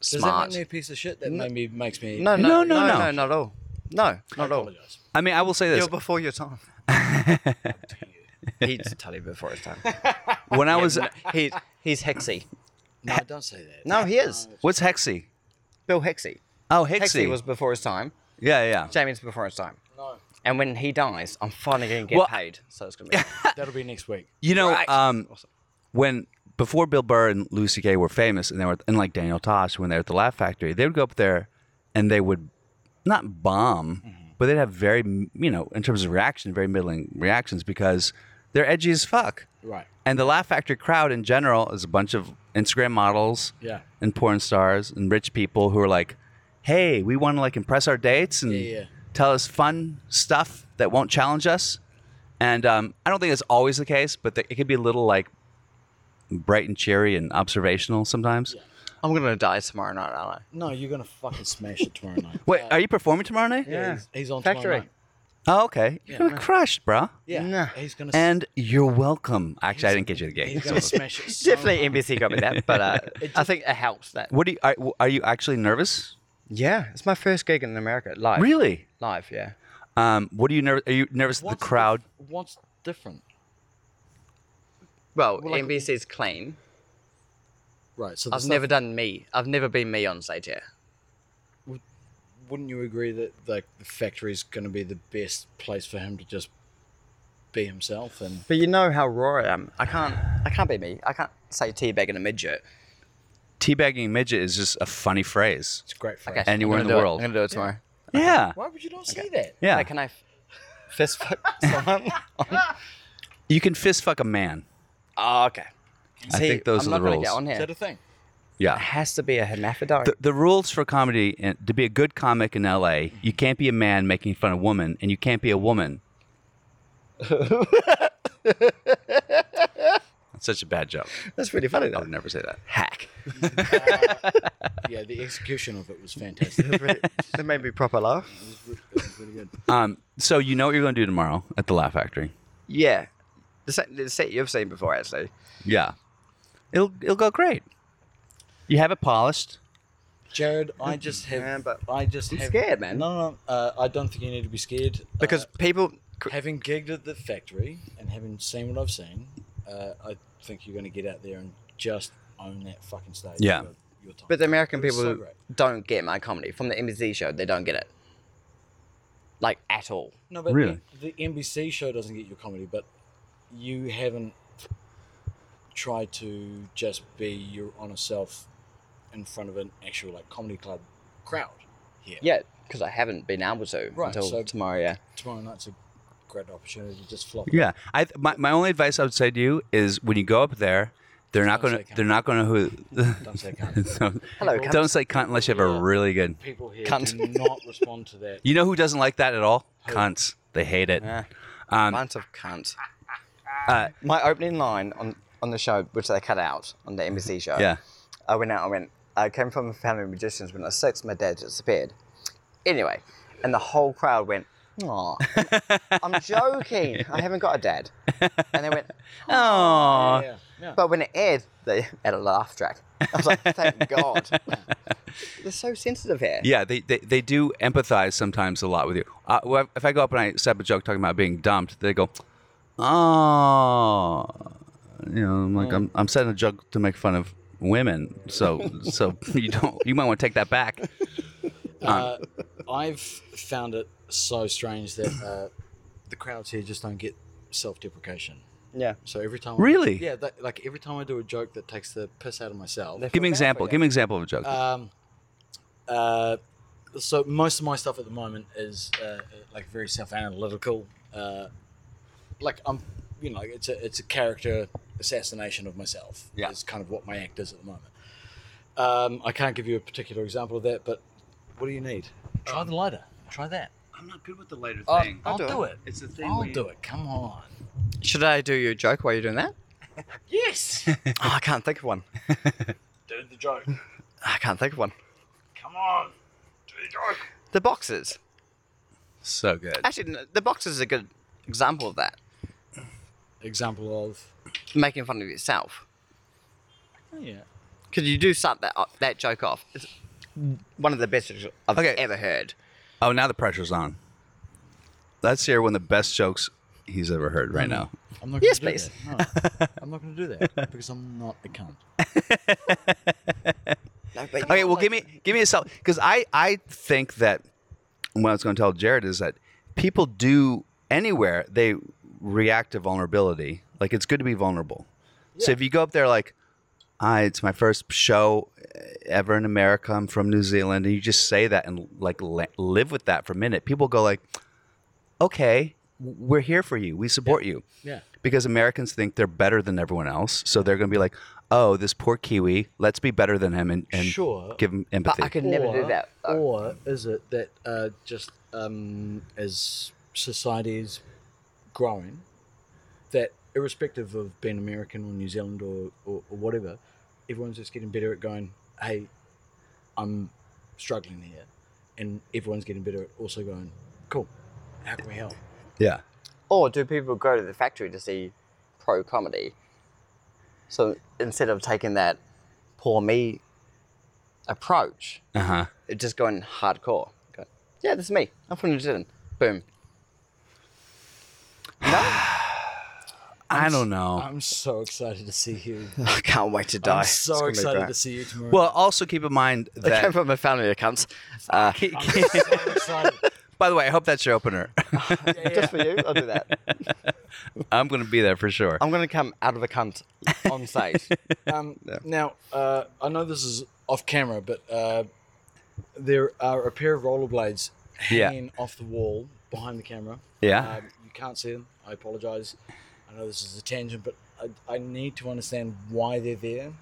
Speaker 1: Does that
Speaker 3: smart.
Speaker 1: make me a piece of shit? That
Speaker 3: No.
Speaker 1: maybe makes me
Speaker 3: No, no,
Speaker 2: No,
Speaker 3: no,
Speaker 2: no, no.
Speaker 3: no, no, not at all. No,
Speaker 1: I
Speaker 3: not at all.
Speaker 1: apologize.
Speaker 2: I mean, I will say this.
Speaker 3: before your time. he's totally before his time.
Speaker 2: When I was
Speaker 3: he's he's Hexy.
Speaker 1: No, don't say that.
Speaker 3: No, he is
Speaker 2: what's Hexy?
Speaker 3: Bill Hexy.
Speaker 2: Oh,
Speaker 3: Hexy
Speaker 2: Hexy.
Speaker 3: was before his time.
Speaker 2: yeah, yeah.
Speaker 3: Jamie's before his time.
Speaker 1: no.
Speaker 3: And when he dies, I'm finally gonna get
Speaker 2: Well-
Speaker 3: paid. So it's gonna be.
Speaker 1: That'll be next week.
Speaker 2: You know,
Speaker 3: Right.
Speaker 2: um, when before Bill Burr and Louis C.K. were famous, and they were, and like Daniel Tosh, when they were at the Laugh Factory, they would go up there, and they would not bomb, but they'd have very, you know, in terms of reaction, very middling reactions because they're edgy as fuck.
Speaker 1: Right.
Speaker 2: And the Laugh Factory crowd in general is a bunch of Instagram models,
Speaker 1: Yeah.
Speaker 2: and porn stars and rich people who are like, "Hey, we want to like impress our dates and
Speaker 1: Yeah, yeah.
Speaker 2: tell us fun stuff that won't challenge us." And um, I don't think it's always the case, but th- it could be a little like bright and cheery and observational sometimes.
Speaker 3: I'm gonna die tomorrow night, aren't
Speaker 1: No, you're gonna fucking smash it tomorrow night.
Speaker 2: Wait, are you performing tomorrow night?
Speaker 3: Yeah.
Speaker 1: He's, he's on
Speaker 3: Factory.
Speaker 1: tomorrow night.
Speaker 2: Oh, okay. You're gonna crush, bro.
Speaker 1: Yeah.
Speaker 3: Nah.
Speaker 1: He's gonna. s-
Speaker 2: And you're welcome. Actually, I didn't get you the
Speaker 1: He's
Speaker 2: gate.
Speaker 1: gonna smash it.
Speaker 3: I?
Speaker 1: So
Speaker 3: Definitely NBC got me that, but uh, I think it helps that.
Speaker 2: What do you are, are you actually nervous?
Speaker 3: Yeah, it's my first gig in America live.
Speaker 2: Really?
Speaker 3: Live, yeah.
Speaker 2: Um, what are you nervous? Are you nervous of
Speaker 1: What's
Speaker 2: the crowd?
Speaker 1: dif- what's different?
Speaker 3: Well,
Speaker 1: Well, like-
Speaker 3: NBC's clean.
Speaker 1: Right. So the
Speaker 3: I've
Speaker 1: stuff-
Speaker 3: never done me. I've never been me on stage here.
Speaker 1: Wouldn't you agree that like the factory's gonna be the best place for him to just be himself and
Speaker 3: But you know how raw I am. I can't. I can't be me. I can't say teabag in a midget.
Speaker 2: Teabagging midget is just a funny phrase.
Speaker 1: it's great for
Speaker 3: Okay,
Speaker 1: us.
Speaker 2: Anywhere
Speaker 3: I'm
Speaker 2: in
Speaker 3: gonna
Speaker 2: the
Speaker 3: do it.
Speaker 2: world.
Speaker 3: I'm gonna do it tomorrow.
Speaker 2: Yeah.
Speaker 1: Why would you not say that?
Speaker 2: Yeah.
Speaker 3: Hey, can I f- fist fuck someone?
Speaker 2: You can fist fuck a man.
Speaker 3: oh, okay.
Speaker 2: I
Speaker 3: See,
Speaker 2: think those
Speaker 3: I'm
Speaker 2: are
Speaker 3: not
Speaker 2: the
Speaker 3: gonna
Speaker 2: rules.
Speaker 3: Get on
Speaker 1: Is
Speaker 3: here.
Speaker 1: that a
Speaker 3: It
Speaker 1: thing?
Speaker 2: Yeah.
Speaker 3: has to be a hermaphrodite.
Speaker 2: The, the rules for comedy and to be a good comic in LA, you can't be a man making fun of women, and you can't be a woman. It's such a bad joke.
Speaker 3: That's really funny
Speaker 2: I
Speaker 3: though.
Speaker 2: would never say that.
Speaker 3: Hack.
Speaker 1: yeah, the execution of it was fantastic. It
Speaker 3: that made me proper laugh.
Speaker 1: was re- it was really good.
Speaker 2: Um, so you know what you're going to do tomorrow at the Laugh Factory.
Speaker 3: Yeah. The set, the set you've seen before, actually.
Speaker 2: Yeah, it'll it'll go great. You have it polished.
Speaker 1: Jared, I just have.
Speaker 3: Yeah, Mm-hmm. but
Speaker 1: I just
Speaker 3: I'm
Speaker 1: have-
Speaker 3: scared, man.
Speaker 1: No, no, no. Uh, I don't think you need to be scared
Speaker 3: Because
Speaker 1: Uh,
Speaker 3: people.
Speaker 1: having gigged at the factory and having seen what I've seen, uh, I think you're going to get out there and just own that fucking stage.
Speaker 2: Yeah.
Speaker 1: Your, your time.
Speaker 3: But the American
Speaker 1: It was
Speaker 3: people
Speaker 1: so great.
Speaker 3: don't get my comedy. From the MBC show, they don't get it. Like, at all.
Speaker 1: No, but
Speaker 2: Really?
Speaker 1: the, the NBC show doesn't get your comedy, but you haven't tried to just be your honest self in front of an actual like comedy club crowd here.
Speaker 3: Yeah, because I haven't been able to
Speaker 1: Right,
Speaker 3: until
Speaker 1: so-
Speaker 3: tomorrow, yeah.
Speaker 1: Tomorrow night's a great opportunity to just flop. it.
Speaker 2: Yeah, I th- my, my only advice I would say to you is when you go up there, they're not
Speaker 1: Don't
Speaker 2: going
Speaker 1: say
Speaker 2: to they're not going to who.
Speaker 1: Don't say cunt.
Speaker 2: don't,
Speaker 3: Hello, cunt.
Speaker 2: don't say cunt unless you have a really good.
Speaker 1: People here do
Speaker 3: Cunt.
Speaker 1: not respond to that.
Speaker 2: You know who doesn't like that at all?
Speaker 1: Who?
Speaker 2: Cunts. They hate it.
Speaker 3: Yeah.
Speaker 2: Um,
Speaker 3: Bunch of cunt.
Speaker 2: Uh,
Speaker 3: My opening line on, on the show, which they cut out on the NBC show.
Speaker 2: yeah.
Speaker 3: I went out. I went. I came from a family of magicians. When I was six, my dad disappeared. Anyway, and the whole crowd went, "Aw, I'm joking. I haven't got a dad." And they went,
Speaker 2: Oh.
Speaker 1: yeah, yeah.
Speaker 3: "But when it aired, they had a laugh track." I was like, "Thank God." They're so sensitive here.
Speaker 2: Yeah, they, they, they do empathize sometimes a lot with you. Uh, well, if I go up and I set up a joke talking about being dumped, they go, oh, you know, I'm like, I'm, I'm setting a joke to make fun of women. So, so you don't, you might want to take that back.
Speaker 1: Uh, I've found it so strange that uh, the crowds here just don't get self-deprecation.
Speaker 3: Yeah.
Speaker 1: So every time,
Speaker 2: Really?
Speaker 1: I, yeah, that, like every time I do a joke that takes the piss out of myself.
Speaker 3: They-
Speaker 2: Give me an example. Give me an example of a joke.
Speaker 1: Um, uh, so most of my stuff at the moment is uh, like very self-analytical. Uh, like I'm, you know, it's a it's a character assassination of myself.
Speaker 2: Yeah.
Speaker 1: is kind of what my act is at the moment. Um, I can't give you a particular example of that, but what do you need? Try the lighter. Try that.
Speaker 2: Um, I'm not good with the later
Speaker 1: I'll, I'll
Speaker 3: do
Speaker 1: do, it.
Speaker 2: It's a thing.
Speaker 1: I'll do it. Come on.
Speaker 3: Should I do your joke while you're doing that?
Speaker 1: Yes.
Speaker 3: Oh, I can't think of one.
Speaker 1: do the joke.
Speaker 3: I can't think of one.
Speaker 1: Come on. Do the joke.
Speaker 3: The boxes.
Speaker 2: So good.
Speaker 3: Actually, no, the boxes is a good example of that.
Speaker 1: Example of.
Speaker 3: Making fun of yourself.
Speaker 2: Oh,
Speaker 1: Yeah.
Speaker 3: Because you do start that uh, that joke off. It's one of the best jokes I've
Speaker 2: Okay.
Speaker 3: ever heard.
Speaker 2: Oh, now the pressure's on. Let's hear one of the best jokes he's ever heard right now.
Speaker 1: I'm not
Speaker 3: Yes,
Speaker 1: gonna
Speaker 3: please.
Speaker 1: Do that. No, I'm not going to do that because I'm not a cunt.
Speaker 3: No, but
Speaker 2: Okay, well, give me give me a self because I I think that what I was going to tell Jared is that people do anywhere they react to vulnerability. Like it's good to be vulnerable. So if you go up there like, "Hi, it's my first show ever in America. I'm from New Zealand," and you just say that and like la- live with that for a minute, people go like, "Okay, w- we're here for you. We support you."
Speaker 1: Yeah.
Speaker 2: because Americans think they're better than everyone else. So they're going to be like, oh, this poor Kiwi, let's be better than him and, and
Speaker 1: Sure.
Speaker 2: give him
Speaker 3: But
Speaker 2: empathy.
Speaker 3: I could never do
Speaker 1: Or-
Speaker 3: that. though.
Speaker 1: Or is it that uh, just um, as society is growing, that irrespective of being American or New Zealand or, or, or whatever, everyone's just getting better at going, hey, I'm struggling here. And everyone's getting better at also going, cool, how can we help?
Speaker 2: yeah.
Speaker 3: Or do people go to the factory to see pro comedy? So instead of taking that poor me approach,
Speaker 2: Uh huh.
Speaker 3: it just going hardcore. Go, yeah, this is me. I'm from New Zealand. Boom.
Speaker 2: I don't know.
Speaker 1: I'm so excited to see you.
Speaker 3: I can't wait to die.
Speaker 1: I'm
Speaker 3: It's
Speaker 1: so
Speaker 3: gonna be
Speaker 1: excited
Speaker 3: great.
Speaker 1: to see you tomorrow.
Speaker 2: well, also keep in mind
Speaker 3: I came
Speaker 2: that.
Speaker 3: from a family of cunts. Uh,
Speaker 1: I'm so excited.
Speaker 2: By the way, I hope that's your opener.
Speaker 3: Just for you, I'll do that.
Speaker 2: I'm going to be there for sure.
Speaker 3: I'm gonna come out of a cunt on stage.
Speaker 1: Um, Now, uh, I know this is off camera, but uh, there are a pair of rollerblades
Speaker 2: Yeah.
Speaker 1: hanging off the wall behind the camera.
Speaker 2: Yeah.
Speaker 1: Um, you can't see them. I apologize. I know this is a tangent, but I, I need to understand why they're there.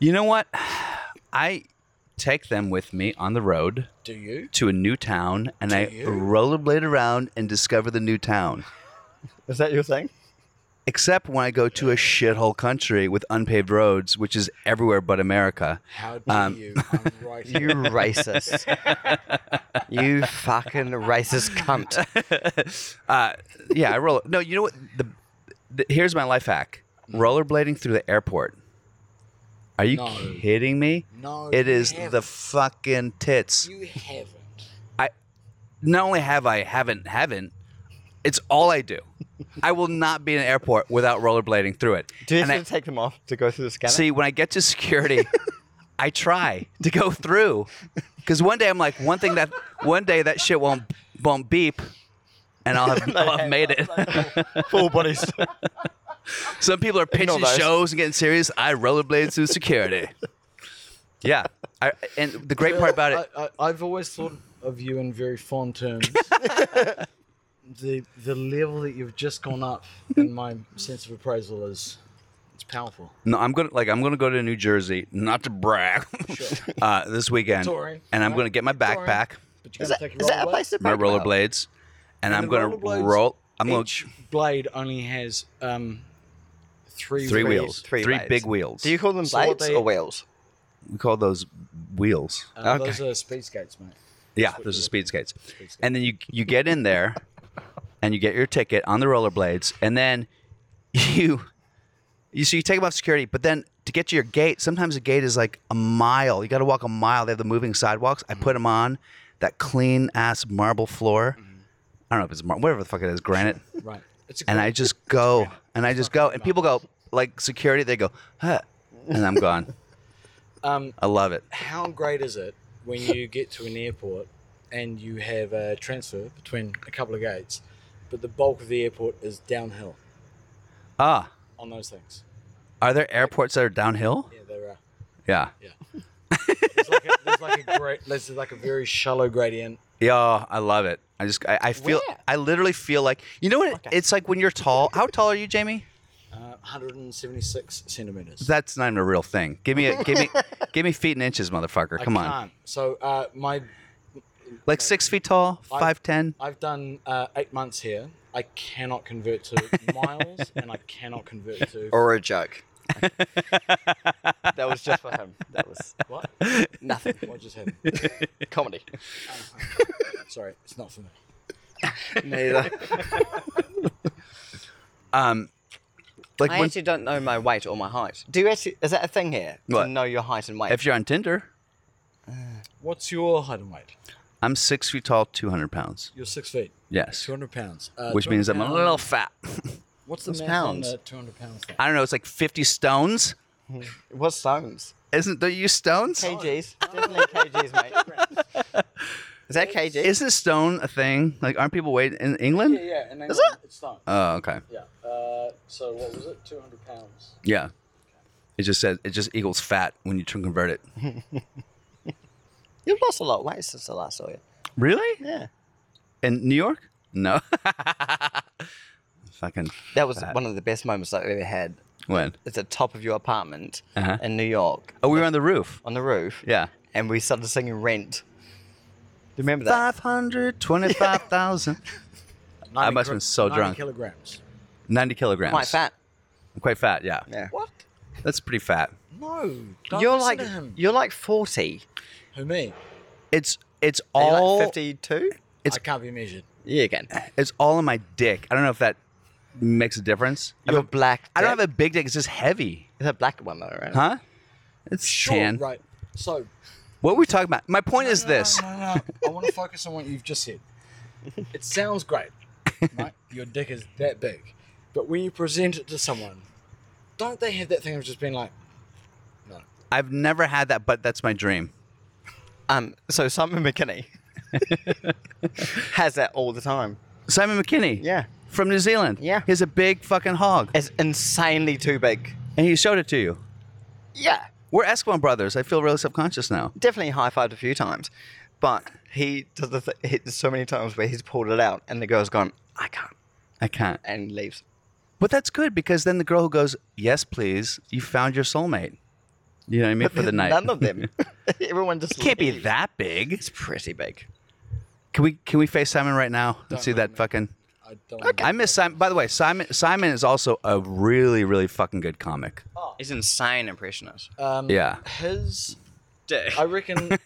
Speaker 2: You know what? I take them with me on the road
Speaker 1: Do you?
Speaker 2: to a new town and I
Speaker 1: you?
Speaker 2: rollerblade around and discover the new town.
Speaker 3: Is that your thing?
Speaker 2: Except when I go to a shithole country with unpaved roads, which is everywhere but America.
Speaker 1: How do
Speaker 2: Um,
Speaker 1: you? I'm right
Speaker 3: You racist. you fucking racist cunt.
Speaker 2: Uh, yeah, I roll. No, you know what? The, the here's my life hack: rollerblading through the airport. Are you
Speaker 1: No.
Speaker 2: kidding me?
Speaker 1: No,
Speaker 2: It
Speaker 1: you
Speaker 2: is the
Speaker 1: haven't.
Speaker 2: fucking tits.
Speaker 1: You haven't.
Speaker 2: Not only have I haven't haven't, it's all I do. I will not be in an airport without rollerblading through it.
Speaker 3: Do you
Speaker 2: And
Speaker 3: have
Speaker 2: I-
Speaker 3: to take them off to go through the scanner?
Speaker 2: See, when I get to security, I try to go through because one day I'm like, one thing that one day that shit won't won't beep, and I'll have, I'll have made it.
Speaker 3: full bodies.
Speaker 2: Some people are
Speaker 3: Ignore
Speaker 2: pitching
Speaker 3: those.
Speaker 2: shows and getting serious. I rollerblade through security. yeah, I, and the great part about it,
Speaker 1: I, I, I've always thought of you in very fond terms. the the level that you've just gone up in my sense of appraisal is it's powerful.
Speaker 2: no, I'm gonna like I'm gonna go to New Jersey, not to brag, uh, this weekend,
Speaker 1: alright.
Speaker 2: and I'm gonna get my
Speaker 1: alright.
Speaker 2: backpack,
Speaker 1: But you gotta
Speaker 3: Is that,
Speaker 1: take
Speaker 3: is
Speaker 1: your
Speaker 3: that a
Speaker 1: roll
Speaker 3: place to
Speaker 2: my
Speaker 3: back them up?
Speaker 2: rollerblades, and, I'm
Speaker 1: the
Speaker 2: gonna
Speaker 1: rollerblades,
Speaker 2: roll. I'm gonna
Speaker 1: Each blade only has um three,
Speaker 2: three
Speaker 1: wheels.
Speaker 2: wheels,
Speaker 3: three
Speaker 2: three,
Speaker 3: blades.
Speaker 2: big wheels.
Speaker 3: Do you call them
Speaker 1: So what
Speaker 3: blades
Speaker 1: they-
Speaker 3: or wheels?
Speaker 2: we call those wheels.
Speaker 1: Uh,
Speaker 3: Okay.
Speaker 1: Those are speed skates, mate.
Speaker 2: Yeah, those are
Speaker 1: you
Speaker 2: speed skates.
Speaker 1: skates.
Speaker 2: And then you you get in there, and you get your ticket on the rollerblades, and then you you so you take them off security. But then to get to your gate, sometimes the gate is like a mile. You got to walk a mile. They have the moving sidewalks. I put them on that clean ass marble floor. I don't know if it's mar- whatever the fuck it is, granite.
Speaker 1: Right. It's a
Speaker 2: And I just go, and I just go, and people go like security. They go, huh, and I'm gone.
Speaker 1: um
Speaker 2: I love it.
Speaker 1: how great is it when you get to an airport and you have a transfer between a couple of gates, but the bulk of the airport is downhill
Speaker 2: Ah,
Speaker 1: on those things?
Speaker 2: are there airports that are downhill?
Speaker 1: Yeah, there are.
Speaker 2: Yeah.
Speaker 1: There's like a, there's like a great, there's like a very shallow gradient.
Speaker 2: Yeah, I love it. I just I, I feel
Speaker 3: Where?
Speaker 2: I literally feel like you know what it's like when you're tall. How tall are you, Jamie?
Speaker 1: Uh, 176 centimeters.
Speaker 2: That's not even a real thing. Give me a, give me give me feet and inches, motherfucker. Come
Speaker 1: I
Speaker 2: on,
Speaker 1: can't. So uh, my,
Speaker 2: like six feet tall,
Speaker 1: I-
Speaker 2: five ten.
Speaker 1: I've done uh, eight months here. I cannot convert to miles, and I cannot convert to
Speaker 3: Or a joke? that was just for him. That was
Speaker 1: what?
Speaker 3: nothing.
Speaker 1: What just happened?
Speaker 3: Comedy.
Speaker 1: Sorry, it's not for me.
Speaker 3: Neither.
Speaker 2: Um, like
Speaker 3: I
Speaker 2: when,
Speaker 3: actually don't know my weight or my height. Do you actually? Is that a thing here?
Speaker 2: What?
Speaker 3: To know your height and weight.
Speaker 2: if you're on Tinder,
Speaker 1: What's your height and weight?
Speaker 2: I'm six feet tall, two hundred pounds.
Speaker 1: You're six feet.
Speaker 2: Yes,
Speaker 1: 200 pounds. Uh,
Speaker 2: which means
Speaker 1: 200
Speaker 2: I'm a
Speaker 1: pounds-
Speaker 2: little fat.
Speaker 1: What's the math
Speaker 3: What's
Speaker 1: on
Speaker 3: pounds?
Speaker 1: the 200 pounds thing?
Speaker 2: I don't know. It's like fifty stones.
Speaker 3: what stones?
Speaker 2: Isn't there you stones?
Speaker 3: KGs. Definitely KGs, mate. Is that KGs?
Speaker 2: Isn't stone a thing? Like, aren't people weight in England?
Speaker 1: yeah. And then
Speaker 3: Is it?
Speaker 1: It's done.
Speaker 2: Oh, okay.
Speaker 1: yeah. Uh, so what was it? 200 pounds.
Speaker 2: Yeah. It just says it just equals fat when you tr- convert it.
Speaker 3: You've lost a lot of weight since the last saw you.
Speaker 2: Really?
Speaker 3: Yeah.
Speaker 2: In New York? No. Fucking
Speaker 3: That was
Speaker 2: Fat.
Speaker 3: one of the best moments I've ever had.
Speaker 2: when?
Speaker 3: It's at the top of your apartment
Speaker 2: Uh-huh.
Speaker 3: in New York
Speaker 2: Oh, we were on the roof.
Speaker 3: on the roof.
Speaker 2: Yeah.
Speaker 3: And we started singing Rent. Do you remember that?
Speaker 2: Five hundred twenty-five thousand. I
Speaker 1: 90
Speaker 2: must have
Speaker 1: kilo-
Speaker 2: been so
Speaker 1: 90
Speaker 2: drunk.
Speaker 1: kilograms.
Speaker 2: Ninety kilograms.
Speaker 3: Quite fat.
Speaker 2: I'm quite fat. Yeah.
Speaker 3: Yeah.
Speaker 1: What?
Speaker 2: That's pretty fat.
Speaker 1: No. Don't
Speaker 3: you're
Speaker 1: listen
Speaker 3: like
Speaker 1: to him.
Speaker 3: you're like forty.
Speaker 1: Who me?
Speaker 2: It's it's
Speaker 3: Are you like
Speaker 2: all
Speaker 3: fifty-two.
Speaker 2: It's-
Speaker 1: I can't be measured.
Speaker 3: Yeah, again.
Speaker 2: it's all in my dick. I don't know if that makes a difference. I
Speaker 3: You're
Speaker 2: have a-
Speaker 3: black.
Speaker 2: I don't have a big dick. It's just heavy.
Speaker 3: It's a black one though, right?
Speaker 2: Huh? It's
Speaker 1: Sure.
Speaker 2: tan.
Speaker 1: Right. So
Speaker 2: What were we talking about? My point is
Speaker 1: No, no,
Speaker 2: this.
Speaker 1: no, no, no. I want to focus on what you've just said. It sounds great, right? Your dick is that big, but when you present it to someone, don't they have that thing of just being like, no,
Speaker 2: I've never had that, but that's my dream.
Speaker 3: Um. So Simon McKinney has that all the time.
Speaker 2: Simon McKinney.
Speaker 3: Yeah.
Speaker 2: From New Zealand.
Speaker 3: Yeah.
Speaker 2: He's a big fucking hog.
Speaker 3: It's insanely too big.
Speaker 2: And he showed it to you.
Speaker 3: Yeah.
Speaker 2: We're Eskimo brothers. I feel really subconscious now.
Speaker 3: definitely high fived a few times, but he does the th- he, there's so many times where he's pulled it out and the girl's gone, I can't,
Speaker 2: I can't.
Speaker 3: and leaves.
Speaker 2: But that's good because then the girl who goes, Yes, please, you found your soulmate. You know what I mean? For the night.
Speaker 3: None of them. Everyone just
Speaker 2: It can't be
Speaker 3: leaves.
Speaker 2: that big.
Speaker 3: It's pretty big.
Speaker 2: Can we can we face Simon right now and see that fucking
Speaker 1: I don't.
Speaker 2: I miss Simon. By the way, Simon Simon is also a really really fucking good comic.
Speaker 3: He's insane impressionist.
Speaker 1: Um,
Speaker 2: Yeah.
Speaker 1: His,
Speaker 3: Dick.
Speaker 1: I reckon. no,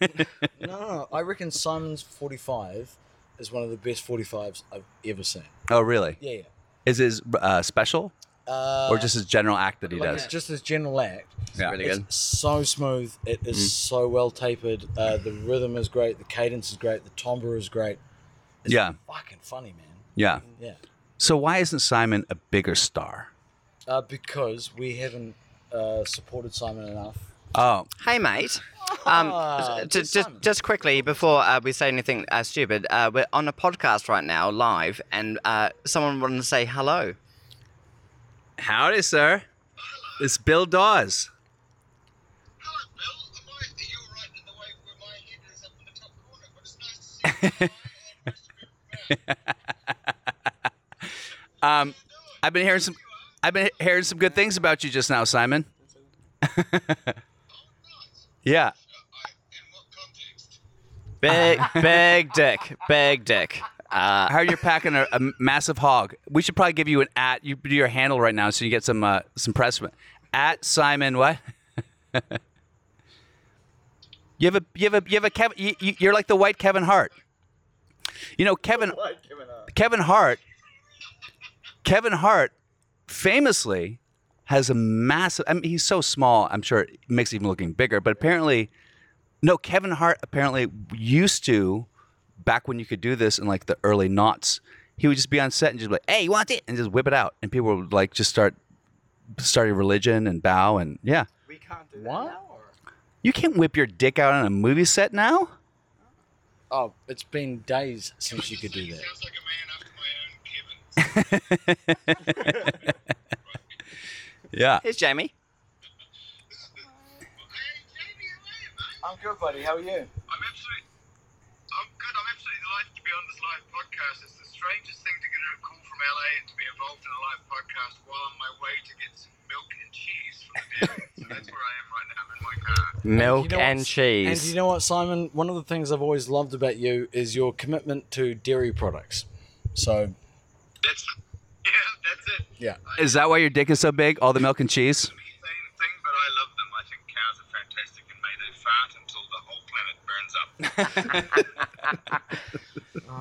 Speaker 1: no, no, I reckon Simon's forty-five is one of the best forty-fives I've ever seen.
Speaker 2: Oh really?
Speaker 1: Yeah,
Speaker 2: Is his uh, special
Speaker 1: yeah. Uh,
Speaker 2: or just his general act that he
Speaker 1: like,
Speaker 2: does?
Speaker 1: just his general act.
Speaker 2: Yeah.
Speaker 3: really good. Mm.
Speaker 1: It's so smooth. It is so well tapered. Uh, the rhythm is great. The cadence is great. The timbre is great. It's
Speaker 2: Yeah.
Speaker 1: fucking funny, man.
Speaker 2: Yeah.
Speaker 1: Yeah.
Speaker 2: So why isn't Simon a bigger star?
Speaker 1: Uh, because we haven't uh, supported Simon enough.
Speaker 2: Oh,
Speaker 3: Hey, mate. Um,
Speaker 1: Ah,
Speaker 3: j-
Speaker 1: good
Speaker 3: just,
Speaker 1: Simon.
Speaker 3: just quickly before uh, we say anything uh, stupid, uh, we're on a podcast right now, live, and uh, someone wanted to say hello.
Speaker 2: howdy, sir. It's Bill Dawes.
Speaker 4: Hello, Bill. Am I, are you alright in the way where my head is up in the top corner? But it's nice to see you. Hi, and nice to meet you. Yeah,
Speaker 2: Um, I've been hearing some, I've been hearing some good things about you just now, Simon.
Speaker 4: nice.
Speaker 2: Yeah.
Speaker 4: I, in what context?
Speaker 3: Big, big dick, big dick. Uh,
Speaker 2: I heard you're packing a, a massive hog. We should probably give you an at. You do your handle right now, so you get some uh, some press. At Simon, what? you have a you have a you have a Kevin. You, you- you're like the white Kevin Hart. You know Kevin. Kevin Hart. Kevin Hart, famously, has a massive. I mean, he's so small. I'm sure it makes him looking bigger. But apparently, no. Kevin Hart apparently used to back when you could do this in like the early knots, he would just be on set and just be like, "Hey, you want it?" and just whip it out, and people would like just start starting religion and bow and yeah.
Speaker 1: What?
Speaker 2: You can't whip your dick out on a movie set now.
Speaker 1: Oh, it's been days since you could do that.
Speaker 4: Sounds like a man after my own Kevin.
Speaker 2: Yeah.
Speaker 3: here's Jamie.
Speaker 4: Well, hey, Jamie, how are you, mate?
Speaker 1: I'm good, buddy. How are you?
Speaker 4: I'm absolutely. I'm good. I'm absolutely delighted to be on this live podcast. It's the strangest thing to get a call from LA and to be involved in a live podcast while on my way to get some milk and cheese from the dairy. so that's where I am right now. I'm in my car.
Speaker 3: Milk
Speaker 1: You know
Speaker 3: and
Speaker 1: what-
Speaker 3: cheese.
Speaker 1: And you know what, Simon? One of the things I've always loved about you is your commitment to dairy products. So,
Speaker 4: That's yeah, that's it.
Speaker 1: yeah.
Speaker 2: Is that why your dick is so big? All the milk and cheese.
Speaker 4: Insane thing, but I love them. I think cows are fantastic, and may they fart until the whole planet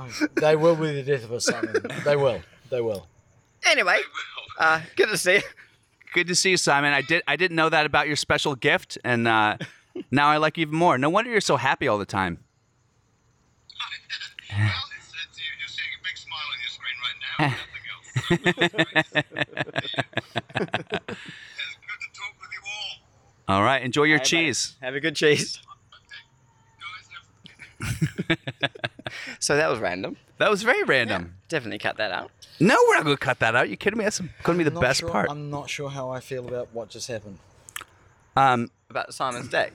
Speaker 4: burns up.
Speaker 1: They will be the death of us, Simon. They will. They will.
Speaker 3: anyway, uh, good to see you.
Speaker 2: Good to see you, Simon. I did. I didn't know that about your special gift, and uh, now I like you even more. No wonder you're so happy all the time.
Speaker 4: well, it's, it's, you're just seeing a big smile on your screen right now, and nothing else. So it's good to talk with you all.
Speaker 2: All right, enjoy your cheese.
Speaker 3: Have a good cheese.
Speaker 4: Guys, have
Speaker 3: So that was random.
Speaker 2: That was very random.
Speaker 3: Definitely cut that out.
Speaker 2: No, we're not gonna cut that out. You kidding me? That's gonna be the
Speaker 1: Not
Speaker 2: best
Speaker 1: sure-
Speaker 2: part.
Speaker 1: I'm not sure how I feel about what just happened.
Speaker 2: Um,
Speaker 3: About Simon's dick.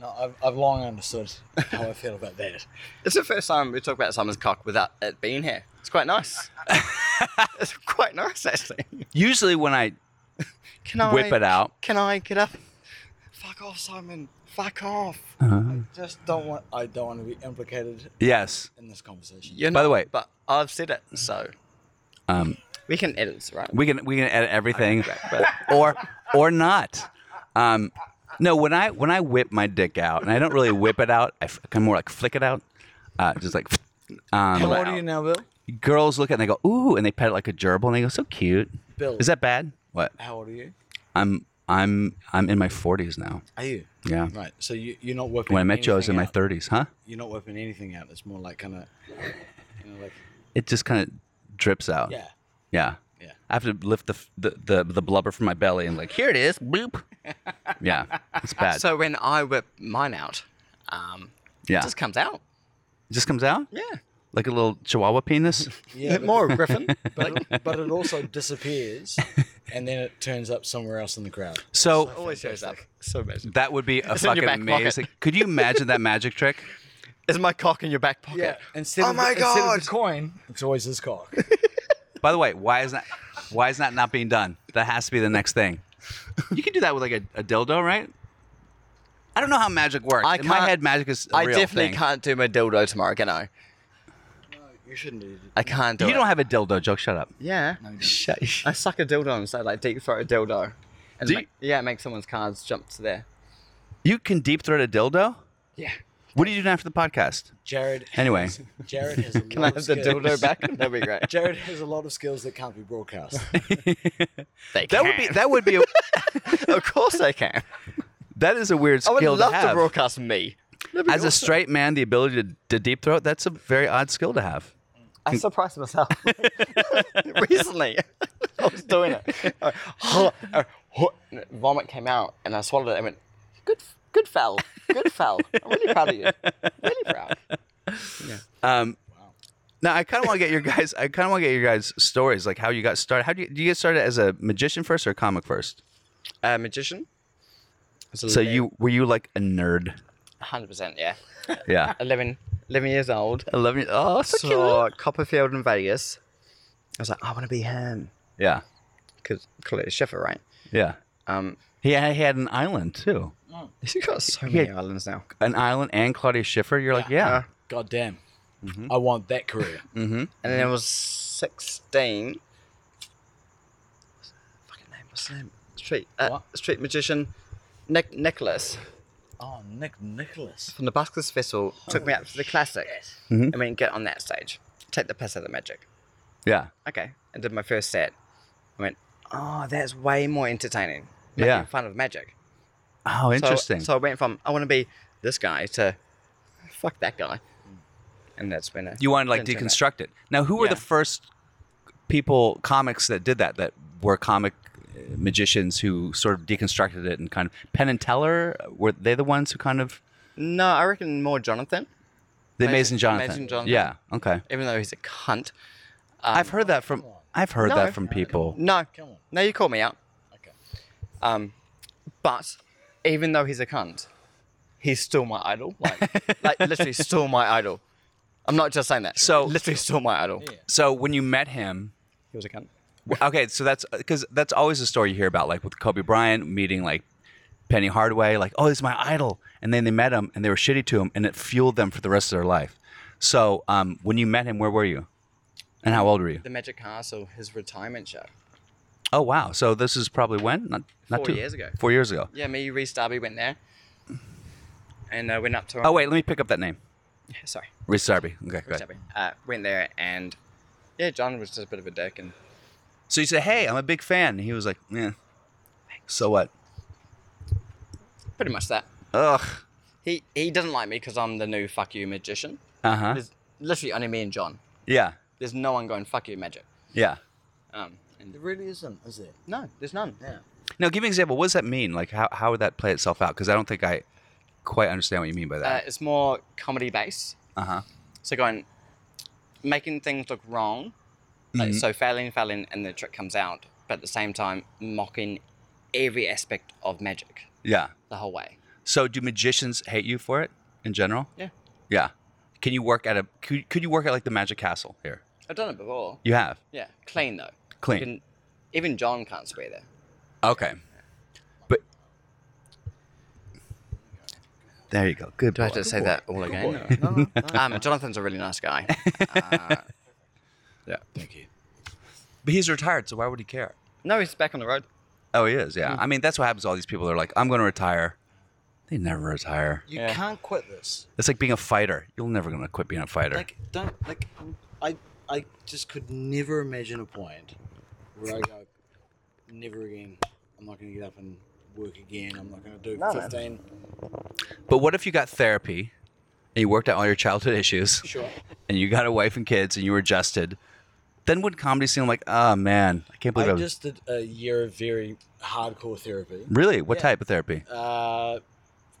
Speaker 1: No, I've, I've long understood how I feel about that.
Speaker 3: It's the first time we talk about Simon's cock without it being here. It's quite nice. it's quite nice, actually.
Speaker 2: usually when I
Speaker 3: Can I
Speaker 2: whip it out.
Speaker 3: Can I get up? Fuck off, Simon. Fuck off.
Speaker 2: Uh-huh.
Speaker 1: Just don't want. I don't want to be implicated
Speaker 2: Yes.
Speaker 1: in this conversation.
Speaker 3: You're
Speaker 2: By the
Speaker 3: not,
Speaker 2: way-
Speaker 3: but I've said it, so
Speaker 2: Um,
Speaker 3: we can edit this, right?
Speaker 2: we can we can edit everything,
Speaker 3: great.
Speaker 2: or or not. Um, no, when I when I whip my dick out, and I don't really whip it out. I f- kind of more like flick it out, uh, just like. Um,
Speaker 1: How old are you now, Bill?
Speaker 2: Girls look at it and they go ooh, and they pet it like a gerbil, and they go so cute.
Speaker 1: Bill.
Speaker 2: Is that bad? What?
Speaker 1: How old are you?
Speaker 2: I'm I'm I'm in my 40s now.
Speaker 1: Are you?
Speaker 2: Yeah.
Speaker 1: Right. So you, you're not whipping.
Speaker 2: When I met you, I was in
Speaker 1: anything
Speaker 2: my
Speaker 1: out.
Speaker 2: 30s, huh?
Speaker 1: You're not whipping anything out. It's more like kind of, you know, like
Speaker 2: It just kind of drips out.
Speaker 1: yeah.
Speaker 2: Yeah.
Speaker 1: Yeah.
Speaker 2: I have to lift the, f- the the the blubber from my belly and like here it is, bloop. Yeah, it's bad.
Speaker 3: So when I whip mine out, um,
Speaker 2: yeah,
Speaker 3: it just comes out.
Speaker 2: it just comes out
Speaker 3: Yeah.
Speaker 2: like a little Chihuahua penis.
Speaker 1: Yeah. But,
Speaker 3: More Griffin.
Speaker 1: but, it, but it also disappears, and then it turns up somewhere else in the crowd.
Speaker 2: So
Speaker 3: Always shows up. So amazing.
Speaker 2: that would be a
Speaker 3: It's in
Speaker 2: fucking
Speaker 3: your back pocket.
Speaker 2: amazing. Could you imagine that magic trick?
Speaker 3: Is my cock in your back pocket?
Speaker 1: Instead
Speaker 3: Oh
Speaker 1: of
Speaker 3: my
Speaker 1: the, instead of
Speaker 3: God.
Speaker 1: the coin, it's always his cock.
Speaker 2: By the way, why is that why is that not being done? That has to be the next thing. You can do that with like a, a dildo, right? I don't know how magic works.
Speaker 3: I
Speaker 2: in my
Speaker 3: can't-
Speaker 2: head, magic is a
Speaker 3: I
Speaker 2: real
Speaker 3: definitely
Speaker 2: thing.
Speaker 3: can't do my dildo tomorrow, can I?
Speaker 1: You shouldn't eat it.
Speaker 3: I can't do
Speaker 2: You
Speaker 3: it.
Speaker 2: don't have a dildo joke. Shut up.
Speaker 3: Yeah.
Speaker 1: No, you don't.
Speaker 2: Shut.
Speaker 3: I suck a dildo instead, like deep throat a dildo. And
Speaker 2: Do
Speaker 3: ma-
Speaker 2: you-
Speaker 3: yeah, make someone's cards jump to there.
Speaker 2: You can deep throat a dildo.
Speaker 3: Yeah.
Speaker 2: What do you do after the podcast?
Speaker 1: Jared.
Speaker 2: Anyway.
Speaker 1: has- Jared has a lot
Speaker 3: Can I
Speaker 1: of
Speaker 3: have the
Speaker 1: skills.
Speaker 3: dildo back? That'd be great.
Speaker 1: Jared has a lot of skills that can't be broadcast.
Speaker 3: They
Speaker 2: That would be.
Speaker 3: can.
Speaker 2: That would be. A,
Speaker 3: of course they can.
Speaker 2: that is a weird
Speaker 3: I
Speaker 2: skill
Speaker 3: would love
Speaker 2: to
Speaker 3: to,
Speaker 2: have.
Speaker 3: broadcast me.
Speaker 2: As a straight man, the ability to, to deep throat. That's a very odd skill to have.
Speaker 3: I surprised myself recently. I was doing it. I went, and Vomit came out, and I swallowed it. and went, "Good, good fell, good fell." I'm really proud of you. Really proud.
Speaker 2: Um, Now I kind of want to get your guys. I kind of want to get your guys' stories, like how you got started. How do you, do you get started as a magician first or a comic first?
Speaker 3: Uh, magician.
Speaker 2: So you were you like a nerd?
Speaker 3: hundred percent, yeah.
Speaker 2: Yeah,
Speaker 3: 11, 11 years old.
Speaker 2: I love you. Oh, so cute.
Speaker 3: Saw Copperfield in Vegas. I was like, I want to be him
Speaker 2: Yeah,
Speaker 3: because call it a Schiffer, right?
Speaker 2: yeah.
Speaker 3: Um,
Speaker 2: He had, he had an island too,
Speaker 3: he's got so
Speaker 2: Yeah.
Speaker 3: many islands now.
Speaker 2: an island and Claudia Schiffer. You're like, yeah,
Speaker 1: God damn. I want that career.
Speaker 2: mm-hmm.
Speaker 3: And then it was 16. Fucking name, what's his name? Street, uh,
Speaker 1: What?
Speaker 3: street magician Nick Nicholas
Speaker 1: Oh, Nick Nicholas.
Speaker 3: from the Buskers Festival took me up to the classic
Speaker 2: Mhm.
Speaker 3: and went get on that stage, take the piss out of the magic.
Speaker 2: yeah,
Speaker 3: Okay, I did my first set. I went, oh, that's way more entertaining. Making
Speaker 2: Yeah.
Speaker 3: fun of magic.
Speaker 2: Oh,
Speaker 3: So-
Speaker 2: interesting.
Speaker 3: So, I went from I want to be this guy to fuck that guy, and that's when I
Speaker 2: you wanted to like
Speaker 3: didn't turn that.
Speaker 2: deconstruct it. Now, who were
Speaker 3: Yeah.
Speaker 2: the first people comics that did that? That were comic uh, magicians who sort of deconstructed it and kind of Penn and Teller. uh, Were they the ones who kind of
Speaker 3: No, I reckon more Jonathan,
Speaker 2: the
Speaker 3: Amazing-
Speaker 2: Amazing Jonathan?
Speaker 3: Amazing Jonathan. Um,
Speaker 2: Yeah. Okay.
Speaker 3: even though he's a cunt.
Speaker 2: I've heard that from. I've heard
Speaker 3: No.
Speaker 2: that from people.
Speaker 3: No,
Speaker 1: Come on.
Speaker 3: no, you call me out.
Speaker 1: Okay.
Speaker 3: Um, but even though he's a cunt, he's still my idol. Like, like literally, still my idol. I'm not just saying that.
Speaker 2: So-
Speaker 3: literally, still my idol.
Speaker 2: So when you met him,
Speaker 3: He was a cunt.
Speaker 2: okay, so that's because that's always a story you hear about, like with Kobe Bryant meeting like Penny Hardaway, like, oh, this is my idol, and then they met him and they were shitty to him, and it fueled them for the rest of their life. So um, when you met him, where were you, and how old were you?
Speaker 3: The Magic Castle, his retirement show.
Speaker 2: Oh wow, so this is probably when not not
Speaker 3: Four
Speaker 2: too-
Speaker 3: years ago.
Speaker 2: Four years ago.
Speaker 3: Yeah, me, Reese Darby went there, and uh, went up to him.
Speaker 2: Oh wait, let me pick up that name,
Speaker 3: sorry.
Speaker 2: Reese Darby. Okay,
Speaker 3: Reese
Speaker 2: good.
Speaker 3: Darby. Uh, went there and yeah, John was just a bit of a dick and
Speaker 2: So you said, hey, I'm a big fan. And he was like, yeah. So what?
Speaker 3: pretty much that.
Speaker 2: Ugh.
Speaker 3: He he doesn't like me because I'm the new fuck you magician.
Speaker 2: Uh huh.
Speaker 3: There's literally only me and John.
Speaker 2: Yeah.
Speaker 3: There's no one going fuck you magic.
Speaker 2: Yeah.
Speaker 3: Um, and
Speaker 1: There really isn't, is there?
Speaker 3: no, there's none.
Speaker 1: Yeah.
Speaker 2: Now, give me an example. What does that mean? Like, how, how would that play itself out? Because I don't think I quite understand what you mean by
Speaker 3: Uh,
Speaker 2: that.
Speaker 3: it's more comedy based.
Speaker 2: Uh huh.
Speaker 3: So going making things look wrong. Like, so failing, failing, and the trick comes out, but at the same time mocking every aspect of magic
Speaker 2: Yeah.
Speaker 3: the whole way.
Speaker 2: So, do magicians hate you for it in general?
Speaker 3: Yeah.
Speaker 2: Yeah. Can you work at a? Could, could you work at like the Magic Castle here?
Speaker 3: I've done it before.
Speaker 2: You have
Speaker 3: Yeah, clean though.
Speaker 2: clean.
Speaker 3: Even, even John can't swear there.
Speaker 2: okay. But there you go. Good.
Speaker 3: Do I have
Speaker 2: boy.
Speaker 3: to say that all again?
Speaker 1: No, no, no.
Speaker 3: um, Jonathan's a really nice guy. Uh,
Speaker 1: Thank you.
Speaker 2: But he's retired, so why would he care?
Speaker 3: no, he's back on the road.
Speaker 2: Oh, he is.
Speaker 3: Hmm.
Speaker 2: Yeah. I mean, that's what happens. to All these people they are like, I'm going to retire. They never retire.
Speaker 1: You
Speaker 3: Yeah.
Speaker 1: can't quit this.
Speaker 2: It's like being a fighter. You're never going to quit being a fighter.
Speaker 1: Like, don't like. I I just could never imagine a point where I go, never again. I'm not going to get up and work again. I'm not going to do
Speaker 3: No, no.
Speaker 1: 15.
Speaker 2: But what if you got therapy and you worked out all your childhood issues
Speaker 1: Sure.
Speaker 2: and you got a wife and kids and you were adjusted? Then would comedy seem like, oh man, I can't believe I,
Speaker 1: I
Speaker 2: was.
Speaker 1: just did a year of very hardcore therapy.
Speaker 2: really? What
Speaker 1: Yeah.
Speaker 2: type of therapy?
Speaker 1: Uh,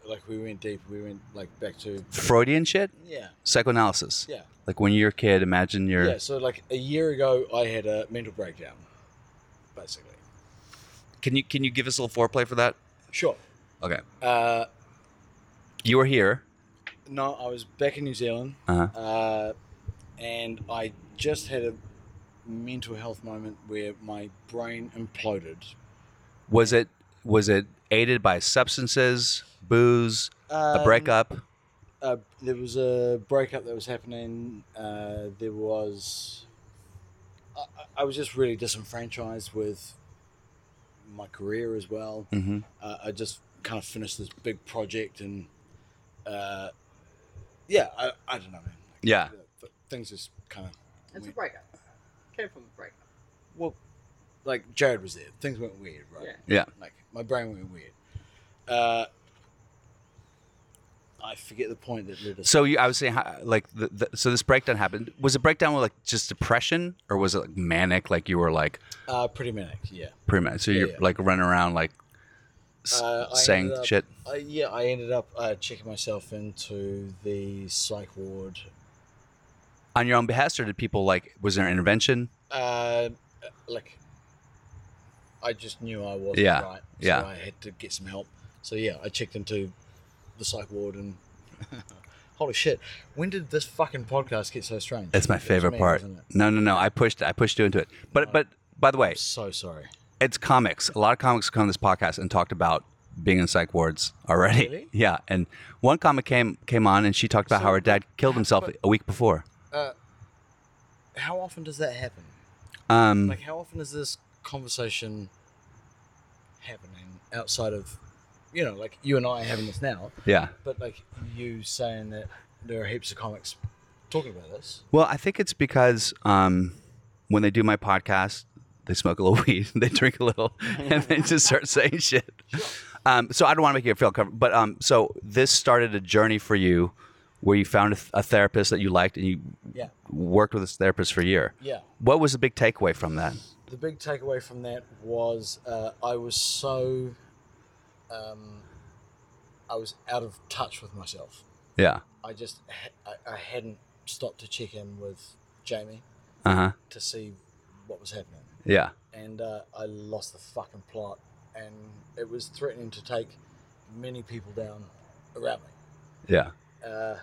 Speaker 1: like we went deep. We went like back to
Speaker 2: Freudian shit?
Speaker 1: yeah,
Speaker 2: Psychoanalysis?
Speaker 1: yeah,
Speaker 2: Like when you're a kid, imagine you're.
Speaker 1: yeah. So like a year ago, I had a mental breakdown, basically.
Speaker 2: Can you can you give us a little foreplay for that?
Speaker 1: Sure.
Speaker 2: Okay.
Speaker 1: Uh,
Speaker 2: You were here.
Speaker 1: no, I was back in New Zealand,
Speaker 2: Uh-huh.
Speaker 1: uh, and I just had a mental health moment where my brain imploded.
Speaker 2: Was it was it aided by substances, booze,
Speaker 1: Um,
Speaker 2: a breakup?
Speaker 1: uh, there was a breakup that was happening. Uh, there was. I, I- I was just really disenfranchised with my career as well.
Speaker 2: Mm-hmm.
Speaker 1: Uh, I just kind of finished this big project and. Uh, yeah, I, I don't know, man.
Speaker 2: Yeah.
Speaker 1: Th- Things just kind of.
Speaker 3: It's a breakup. Came from a breakup.
Speaker 1: Well, like Jared was there. Things went weird, right?
Speaker 3: Yeah.
Speaker 2: Yeah.
Speaker 1: Like my brain went weird. Uh, I forget the point that led us.
Speaker 2: So you, I would say, ha- like, the, the, so this breakdown happened. Was the breakdown with like just depression, or was it like manic? Like you were like
Speaker 1: uh, pretty manic, yeah.
Speaker 2: pretty much. So
Speaker 1: Yeah,
Speaker 2: you're
Speaker 1: yeah.
Speaker 2: like running around like s-
Speaker 1: Uh, I
Speaker 2: saying
Speaker 1: ended up-
Speaker 2: shit.
Speaker 1: Uh, yeah, I ended up uh, checking myself into the psych ward.
Speaker 2: on your own behest, or did people like? Was there intervention?
Speaker 1: Uh, like, I just knew I wasn't
Speaker 2: Yeah,
Speaker 1: right. So
Speaker 2: yeah.
Speaker 1: I had to get some help. So yeah, I checked into the psych ward and. Holy shit! When did this fucking podcast get so strange?
Speaker 2: That's my
Speaker 1: It was
Speaker 2: favorite
Speaker 1: me,
Speaker 2: part.
Speaker 1: wasn't it?
Speaker 2: No, no, no. I pushed. I pushed you into it.
Speaker 1: Uh,
Speaker 2: But, but by the way,
Speaker 1: I'm so sorry.
Speaker 2: it's comics. A lot of comics come on this podcast and talked about being in psych wards already.
Speaker 1: Really?
Speaker 2: Yeah, and one comic came came on and she talked about
Speaker 1: So-
Speaker 2: how her dad killed himself
Speaker 1: but-
Speaker 2: a week before.
Speaker 1: Uh, How often does that happen?
Speaker 2: Um,
Speaker 1: Like, how often is this conversation happening outside of, you know, like you and I having this now,
Speaker 2: yeah.
Speaker 1: but like you saying that there are heaps of comics talking about this?
Speaker 2: Well, I think it's because um, when they do my podcast, they smoke a little weed, they drink a little, and they just start saying shit. Um, so I don't want to make you feel comfortable, but um, so this started a journey for you where you found a, th- a therapist that you liked and you
Speaker 1: Yeah.
Speaker 2: worked with this therapist for a year.
Speaker 1: Yeah.
Speaker 2: What was the big takeaway from that?
Speaker 1: The big takeaway from that was uh, I was so, um, I was out of touch with myself.
Speaker 2: Yeah.
Speaker 1: I just ha- I, I hadn't stopped to check in with Jamie
Speaker 2: Uh huh.
Speaker 1: to see what was happening.
Speaker 2: Yeah.
Speaker 1: and uh, I lost the fucking plot, and it was threatening to take many people down around me.
Speaker 2: Yeah.
Speaker 1: Uh,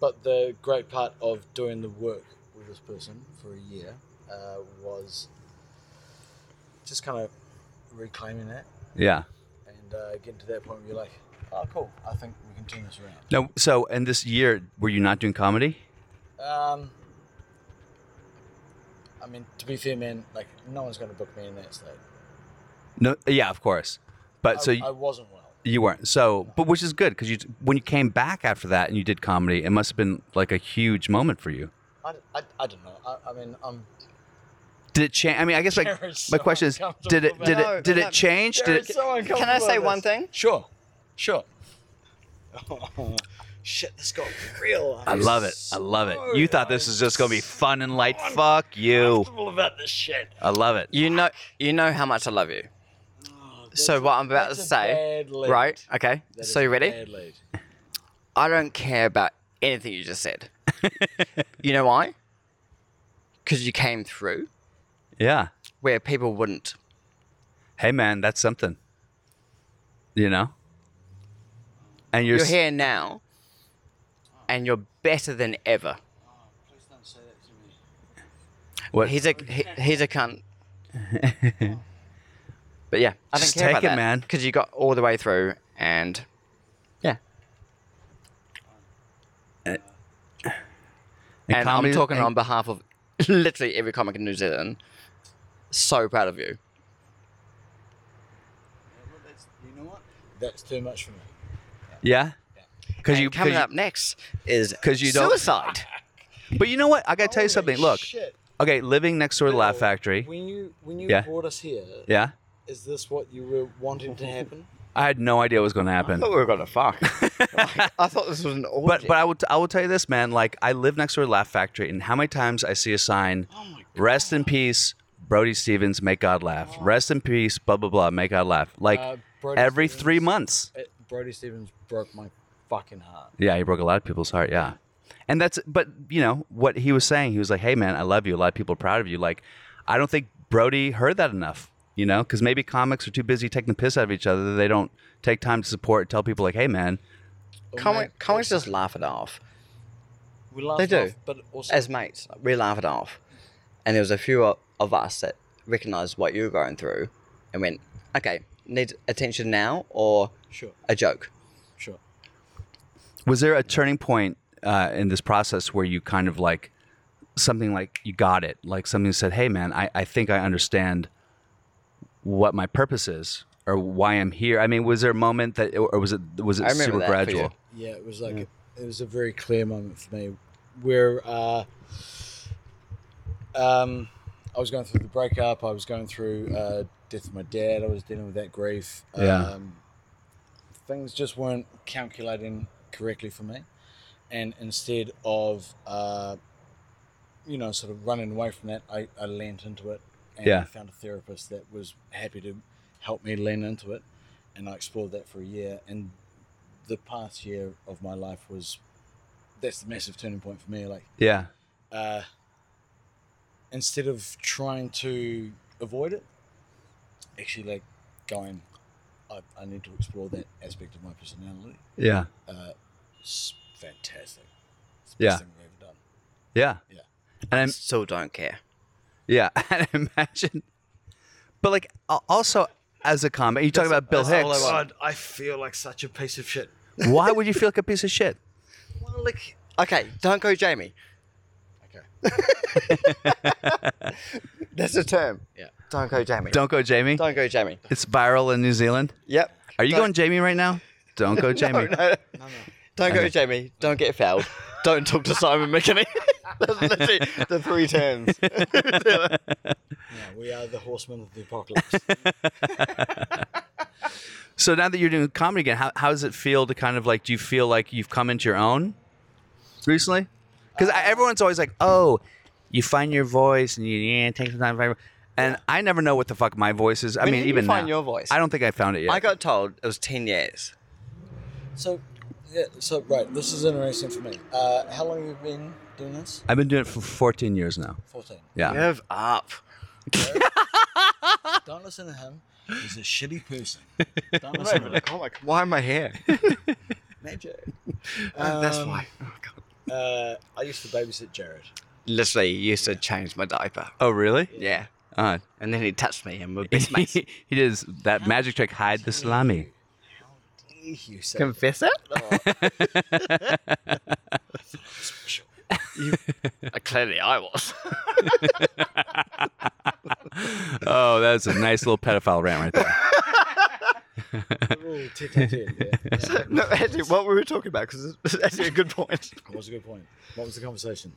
Speaker 1: but the great part of doing the work with this person for a year uh, was just kind of reclaiming that
Speaker 2: Yeah.
Speaker 1: and uh, getting to that point where you're like, oh, cool, I think we can turn this around.
Speaker 2: No. So, and this year, were you not doing comedy?
Speaker 1: Um, I mean, to be fair, man, like, no one's going to book me in that state.
Speaker 2: No. Yeah, of course. But so
Speaker 1: I,
Speaker 2: you-
Speaker 1: I wasn't well.
Speaker 2: You weren't. So, but which is good because you when you came back after that and you did comedy, it must have been like a huge moment for you.
Speaker 1: I, I, I don't know. I, I mean, I'm
Speaker 2: Did it change? I mean, I guess like my question is, did it did
Speaker 3: No,
Speaker 2: it did
Speaker 3: no.
Speaker 2: it change? Did it,
Speaker 3: Can I say one thing?
Speaker 1: Sure, sure. Oh, shit, this got real.
Speaker 2: I love it. I love it. You thought this was just gonna be fun and light. Fuck you.
Speaker 1: comfortable about this shit.
Speaker 2: I love it.
Speaker 3: You know, you know how much I love you. so what I'm about to
Speaker 1: that's a
Speaker 3: say,
Speaker 1: bad lead.
Speaker 3: right? Okay.
Speaker 1: That is
Speaker 3: so you ready?
Speaker 1: Bad lead.
Speaker 3: I don't care about anything you just said. you know why? Because you came through
Speaker 2: Yeah.
Speaker 3: where people wouldn't.
Speaker 2: Hey man, that's something. You know. And you're,
Speaker 3: You're
Speaker 2: s-
Speaker 3: here now, and you're better than ever.
Speaker 1: Please don't say that to me.
Speaker 2: What,
Speaker 3: He's a he, he's a cunt. but yeah, I don't
Speaker 2: Just
Speaker 3: care
Speaker 2: take
Speaker 3: about
Speaker 2: it,
Speaker 3: that,
Speaker 2: man.
Speaker 3: Because you got all the way through, and yeah,
Speaker 2: and
Speaker 3: Uh, and
Speaker 2: comedy-
Speaker 3: I'm talking
Speaker 2: and-
Speaker 3: on behalf of literally every comic in New Zealand. So proud of you.
Speaker 1: You know what? That's too much for me.
Speaker 2: Yeah. Because
Speaker 3: And
Speaker 2: you
Speaker 3: coming
Speaker 2: 'cause you-
Speaker 3: up next is
Speaker 2: 'cause you don't-
Speaker 3: suicide.
Speaker 2: But you know what? I gotta tell
Speaker 1: Holy
Speaker 2: you something. Look.
Speaker 1: shit.
Speaker 2: Okay, living next door to the Laugh Factory.
Speaker 1: When you when you
Speaker 2: Yeah.
Speaker 1: brought us here, is
Speaker 2: Yeah.
Speaker 1: this what you were wanting to happen?
Speaker 2: I had no idea what was going to happen.
Speaker 3: we were gonna fuck. I thought this was an orgy.
Speaker 2: But but I will I will tell you this, man. Like I live next door to Laugh Factory, and how many times I see a sign, "Rest in peace, Brody Stevens, make God laugh." Rest in peace, blah blah blah, make God laugh. Like
Speaker 1: Uh, Brody
Speaker 2: every
Speaker 1: Stevens-
Speaker 2: three months.
Speaker 1: Uh, Brody Stevens broke my fucking heart.
Speaker 2: Yeah, he broke a lot of people's heart. Yeah, and that's but you know what he was saying. He was like, "Hey, man, I love you. A lot of people are proud of you." Like, I don't think Brody heard that enough. You know, because maybe comics are too busy taking the piss out of each other that they don't take time to support and tell people like, "Hey, man,
Speaker 3: comic, comics just laugh it off.
Speaker 1: We laugh
Speaker 3: They do.
Speaker 1: off, but also
Speaker 3: as mates, we laugh it off. And there was a few o- of us that recognised what you were going through and went, okay, need attention now or
Speaker 1: sure,
Speaker 3: a joke.
Speaker 1: sure.
Speaker 2: Was there a turning point uh, in this process where you kind of like something like you got it, like something said, "Hey, man, I, I think I understand what my purpose is or why I'm here." I mean, was there a moment that, or was it was
Speaker 3: I
Speaker 2: it
Speaker 3: remember
Speaker 2: super
Speaker 3: that for you.
Speaker 2: gradual?
Speaker 1: Yeah, it was like it was a very clear moment for me where uh, um, I was going through the breakup. I was going through uh, death of my dad. I was dealing with that grief.
Speaker 2: Yeah.
Speaker 1: Um, things just weren't calculating correctly for me, and instead of uh, you know sort of running away from that, I, I leant into it and
Speaker 2: Yeah.
Speaker 1: found a therapist that was happy to help me lean into it, and I explored that for a year. And the past year of my life was that's the massive turning point for me. Like
Speaker 2: Yeah,
Speaker 1: uh, instead of trying to avoid it, actually like going, I, I need to explore that aspect of my personality.
Speaker 2: yeah,
Speaker 1: Uh, it's fantastic. It's the
Speaker 2: Yeah.
Speaker 1: best thing I've ever done.
Speaker 2: yeah,
Speaker 1: Yeah.
Speaker 2: And I'm,
Speaker 3: Still don't care.
Speaker 2: yeah, and I imagine, but like al- also as a comic, you talk about Bill
Speaker 3: that's all I
Speaker 2: Hicks.
Speaker 3: want.
Speaker 1: God, I feel like such a piece of shit.
Speaker 2: Why would you feel like a piece of shit?
Speaker 3: Well, like, okay, don't go, Jamie.
Speaker 1: Okay.
Speaker 3: That's the term.
Speaker 1: Yeah.
Speaker 3: Don't go, Jamie.
Speaker 2: Don't go, Jamie.
Speaker 3: Don't go, Jamie.
Speaker 2: It's viral in New Zealand.
Speaker 3: Yep.
Speaker 2: Are you
Speaker 3: Don't-
Speaker 2: going Jamie right now? Don't go, Jamie.
Speaker 3: No, no. Don't go, Jamie. Don't get fouled. Don't talk to Simon McKinney. That's literally the three terms.
Speaker 1: Yeah, we are the horsemen of the apocalypse.
Speaker 2: So now that you're doing comedy again, how, how does it feel to kind of like, do you feel like you've come into your own recently? Because everyone's always like, oh, you find your voice and you yeah, take some time. to find- And I never know what the fuck my voice is. I
Speaker 3: When
Speaker 2: mean,
Speaker 3: did you
Speaker 2: even
Speaker 3: find
Speaker 2: now,
Speaker 3: your voice?
Speaker 2: I don't think I found it yet.
Speaker 3: I got told it was 10 years.
Speaker 1: so, yeah, so right, this is interesting for me. Uh, how long have you been doing
Speaker 3: uh,
Speaker 1: this?
Speaker 2: I've been doing it for 14 years now.
Speaker 1: Fourteen.
Speaker 2: Yeah.
Speaker 3: Give up.
Speaker 1: Don't listen to him. He's a shitty person. Don't
Speaker 3: I'm not
Speaker 1: listen to
Speaker 3: even
Speaker 1: him.
Speaker 3: like, oh my, why am I here?
Speaker 1: Magic.
Speaker 3: That's
Speaker 1: Um,
Speaker 3: why. Oh, God.
Speaker 1: Uh, I used to babysit Jared.
Speaker 3: Literally used to change my diaper.
Speaker 2: Oh, really?
Speaker 3: Yeah.
Speaker 2: Uh,
Speaker 3: And then he touched me and we're
Speaker 2: he,
Speaker 3: best mates.
Speaker 2: he does that magic trick, hide the salami.
Speaker 1: Dare you say
Speaker 3: Confess it?
Speaker 1: special?
Speaker 3: Uh, clearly I was.
Speaker 2: Oh, that's a nice little pedophile rant right there.
Speaker 1: Ooh, tit tat tit, yeah. Yeah.
Speaker 3: no, actually, what we were talking about, because it's actually a good point.
Speaker 1: That was a good point. What was the conversation?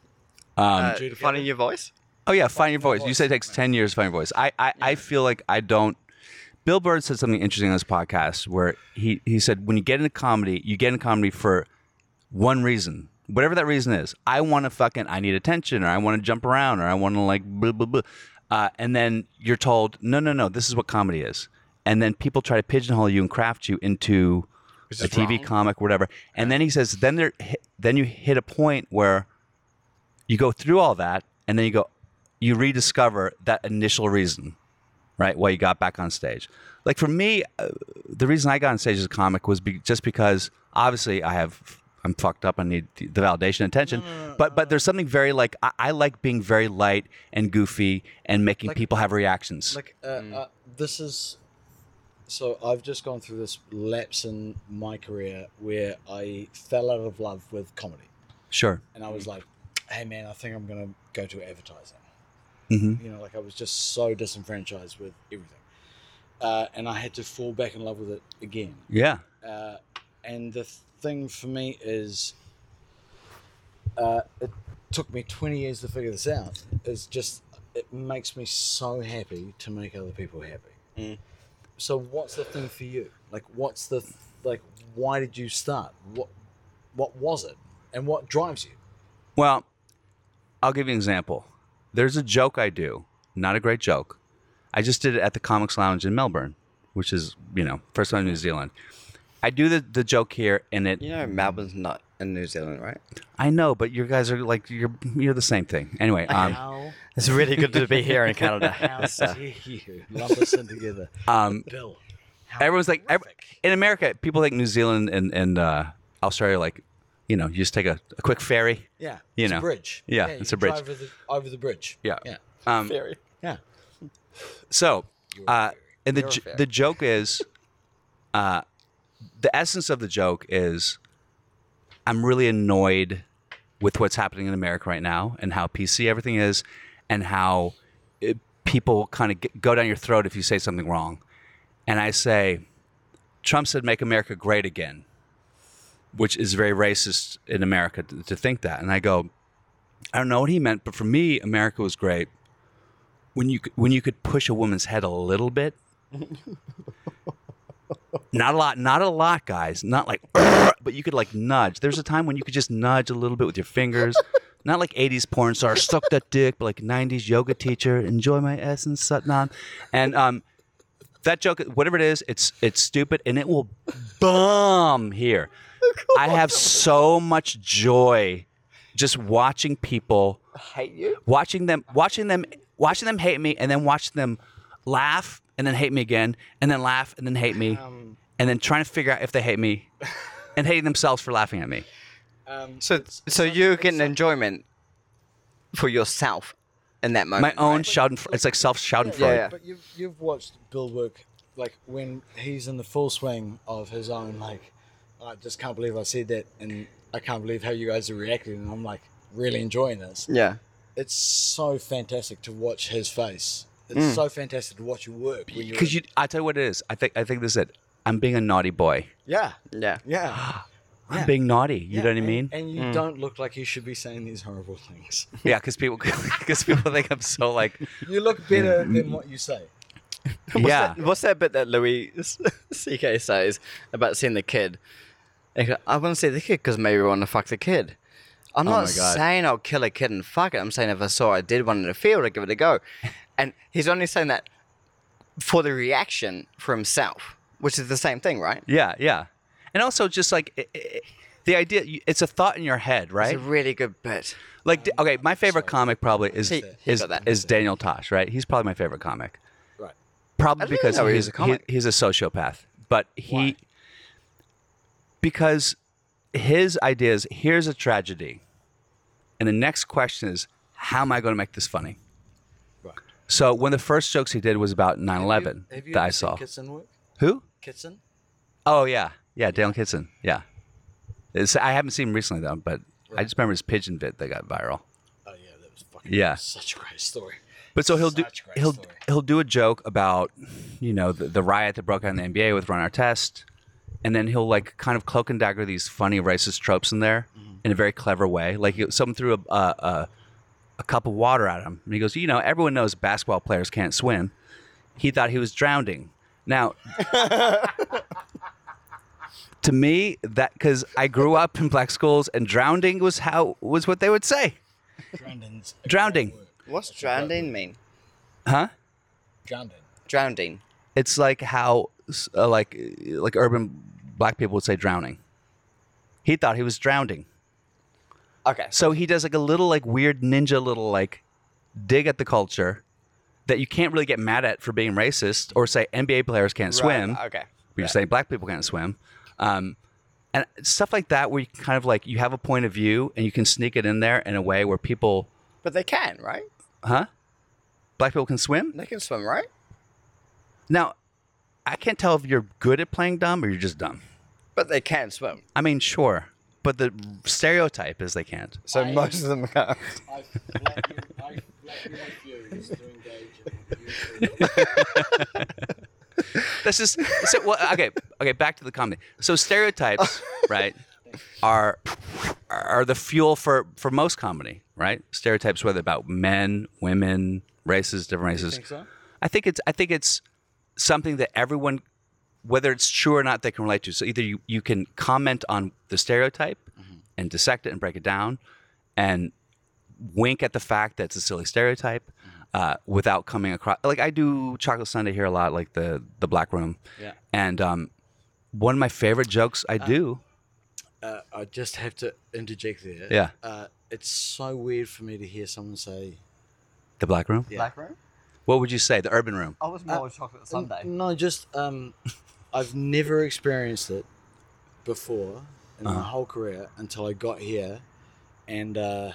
Speaker 2: Um,
Speaker 3: Uh,
Speaker 1: Judah
Speaker 3: finding
Speaker 1: Fenton?
Speaker 3: your voice?
Speaker 2: Oh yeah, find your voice. You said it takes ten years to find your voice. I I, I feel like I don't. Bill Bird said something interesting on this podcast where he he said when you get into comedy, you get into comedy for one reason, whatever that reason is. I want to fucking I need attention, or I want to jump around, or I want to like blah blah blah. Uh, and then you're told, no, no, no, this is what comedy is. And then people try to pigeonhole you and craft you into a TV comic, whatever. And then he says, then there, hi- then you hit a point where you go through all that, and then you go, you rediscover that initial reason, right? Why you got back on stage. Like for me, uh, the reason I got on stage as a comic was be- just because obviously I have I'm fucked up. I need the the validation, and attention. but but there's something very like I, I like being very light and goofy and making people have reactions.
Speaker 1: Like, uh, uh, this is. So I've just gone through this lapse in my career where I fell out of love with comedy,
Speaker 2: sure.
Speaker 1: and I was like, "Hey man, I think I'm gonna go to advertising."
Speaker 2: hmm
Speaker 1: You know, like I was just so disenfranchised with everything, uh, and I had to fall back in love with it again.
Speaker 2: Yeah.
Speaker 1: uh, and the thing for me is uh, it took me 20 years to figure this out it's just it makes me so happy to make other people happy
Speaker 3: Mm.
Speaker 1: so what's the thing for you like what's the like why did you start what what was it and what drives you
Speaker 2: Well, I'll give you an example. There's a joke I do, not a great joke. I just did it at the Comics Lounge in Melbourne, which is, you know, first one in New Zealand. I do the, the joke here and it
Speaker 3: You know, Melbourne's not in New Zealand, right?
Speaker 2: I know, but you guys are like you're you're the same thing. Anyway, um,
Speaker 1: how
Speaker 3: It's really good to be here in Canada.
Speaker 1: how dare you lump us in together
Speaker 2: um
Speaker 1: bill how
Speaker 2: everyone's like ev-
Speaker 1: horrific.
Speaker 2: in America, people think New Zealand and, and uh Australia like, you know, you just take a, a quick ferry.
Speaker 1: yeah
Speaker 2: you
Speaker 1: it's
Speaker 2: know.
Speaker 1: a bridge
Speaker 2: Yeah,
Speaker 1: you
Speaker 2: it's a
Speaker 1: can drive
Speaker 2: bridge.
Speaker 1: over the, over the bridge
Speaker 2: Yeah.
Speaker 1: yeah
Speaker 2: Um
Speaker 3: Very.
Speaker 1: yeah
Speaker 2: So, uh, and the
Speaker 3: You're a
Speaker 2: j-
Speaker 3: fairy.
Speaker 2: the joke is, uh, the essence of the joke is, I'm really annoyed with what's happening in America right now and how PC everything is and how it, people kind of go down your throat if you say something wrong. And I say, Trump said, make America great again, which is very racist in America to, to think that. And I go, I don't know what he meant, but for me, America was great when you, c- when you could push a woman's head a little bit. Not a lot, not a lot, guys. Not like, but you could like nudge. There's a time when you could just nudge a little bit with your fingers. Not like 80s porn star, suck that dick, but like 90s yoga teacher, enjoy my essence, Satnam. And um, that joke, whatever it is, it's it's stupid and it will bomb here. I have so much joy just watching people
Speaker 3: Hate you?
Speaker 2: watching them watching them watching them hate me and then watching them laugh and then hate me again and then laugh and then hate me and then trying to figure out if they hate me and hating themselves for laughing at me
Speaker 1: Um,
Speaker 3: So, so you're getting enjoyment for yourself in that
Speaker 2: my
Speaker 3: moment.
Speaker 2: own shouting it's like self shouting for
Speaker 3: Yeah.
Speaker 1: But you've you've watched Bill work like when he's in the full swing of his own like I just can't believe I said that and I can't believe how you guys are reacting and I'm like really enjoying this.
Speaker 3: Yeah.
Speaker 1: It's so fantastic to watch his face. It's so fantastic to watch you work when you're
Speaker 2: because Hmm. you I tell you what it is I think I think this is it I'm being a naughty boy
Speaker 1: Yeah.
Speaker 3: Yeah.
Speaker 1: Yeah.
Speaker 2: I'm
Speaker 1: Yeah.
Speaker 2: being naughty you
Speaker 1: Yeah,
Speaker 2: know what I
Speaker 1: and-
Speaker 2: mean Hmm.
Speaker 1: And you don't look like you should be saying these horrible things.
Speaker 2: Yeah, because people because people think I'm so like
Speaker 1: You
Speaker 2: Hmm.
Speaker 1: look better than what you say.
Speaker 3: What's
Speaker 2: yeah.
Speaker 3: That, what's that bit that Louis CK says about seeing the kid? He go, I want to see the kid because maybe I want to fuck the kid. I'm not
Speaker 2: Oh my God.
Speaker 3: saying I'll kill a kid and fuck it. I'm saying if I saw I did one in the field, I'd give it a go. And he's only saying that for the reaction for himself, which is the same thing, right?
Speaker 2: Yeah, yeah, and also just like i i the idea you- it's a thought in your head, right?
Speaker 3: It's a really good bit.
Speaker 2: Like d okay, my favorite comic probably is
Speaker 3: He- he
Speaker 2: is
Speaker 3: got that.
Speaker 2: is Daniel Tosh, right? He's probably my favorite comic.
Speaker 1: Right.
Speaker 2: Probably
Speaker 3: I didn't
Speaker 2: because
Speaker 3: know he
Speaker 2: he's
Speaker 3: was a comic.
Speaker 2: he- he's a sociopath, but he
Speaker 1: Why?
Speaker 2: because his idea is here's a tragedy, and the next question is how am I going to make this funny?
Speaker 1: Right.
Speaker 2: So one of the first jokes he did was about 9/11
Speaker 1: Have you, have you
Speaker 2: that I
Speaker 1: ever seen
Speaker 2: saw.
Speaker 1: Kitson work?
Speaker 2: Who?
Speaker 1: Kitson?
Speaker 2: Oh yeah, yeah, Dale Kitson. Yeah, It's- I haven't seen him recently though, but I just remember his pigeon vid that got viral.
Speaker 1: Oh yeah, that was fucking
Speaker 2: Yeah.
Speaker 1: such a great story.
Speaker 2: But so he'll do
Speaker 1: Such a great
Speaker 2: he'll
Speaker 1: story.
Speaker 2: he'll do a joke about you know the, the riot that broke out in the NBA with Ron Artest, and then he'll like kind of cloak and dagger these funny racist tropes in there
Speaker 1: Mm-hmm.
Speaker 2: in a very clever way. Like he- someone threw a, a, a a cup of water at him, and he goes, you know, everyone knows basketball players can't swim. He thought he was drowning. Now, to me, that because I grew up in black schools, and drowning was how was what they would say.
Speaker 1: Drownding's a great
Speaker 2: Drownding.
Speaker 1: word.
Speaker 3: What's drowning mean?
Speaker 2: Huh?
Speaker 1: Drownding.
Speaker 3: Drowning.
Speaker 2: It's like how s- uh, like uh, like urban black people would say drowning. He thought he was drowning.
Speaker 3: Okay.
Speaker 2: So he does like a little like weird ninja little like dig at the culture that you can't really get mad at for being racist or say NBA players can't swim.
Speaker 3: Right, Okay.
Speaker 2: Where you're saying black people can't swim. Um, and stuff like that where you kind of like you have a point of view and you can sneak it in there in a way where people
Speaker 3: But they can, right?
Speaker 2: huh? Black people can swim?
Speaker 3: They can swim, right?
Speaker 2: Now, I can't tell if you're good at playing dumb or you're just dumb.
Speaker 3: But they can swim.
Speaker 2: I mean, sure, but the stereotype is they can't.
Speaker 3: So most of them can't.
Speaker 1: I flat you, I flat you refuse to engage in
Speaker 2: That's just so. Well, okay, okay. Back to the comedy. So stereotypes,
Speaker 1: Oh.
Speaker 2: right, are are the fuel for for most comedy, right? Stereotypes, whether about men, women, races, different races.
Speaker 1: think so?
Speaker 2: I think it's I think it's something that everyone, whether it's true or not, they can relate to. So either you you can comment on the stereotype
Speaker 1: Mm-hmm.
Speaker 2: and dissect it and break it down, and wink at the fact that it's a silly stereotype uh, without coming across. Like I do chocolate sundae here a lot, like the the black room.
Speaker 1: Yeah.
Speaker 2: And um, one of my favorite jokes I do.
Speaker 1: Uh, I just have to interject there.
Speaker 2: Yeah.
Speaker 1: Uh, it's so weird for me to hear someone say
Speaker 2: The black room.
Speaker 1: Yeah.
Speaker 3: Black room?
Speaker 2: What would you say? The urban room.
Speaker 3: I was
Speaker 1: more
Speaker 3: chocolate
Speaker 1: N- No, just um, I've never experienced it before in
Speaker 2: Uh-huh.
Speaker 1: my whole career until I got here, and uh,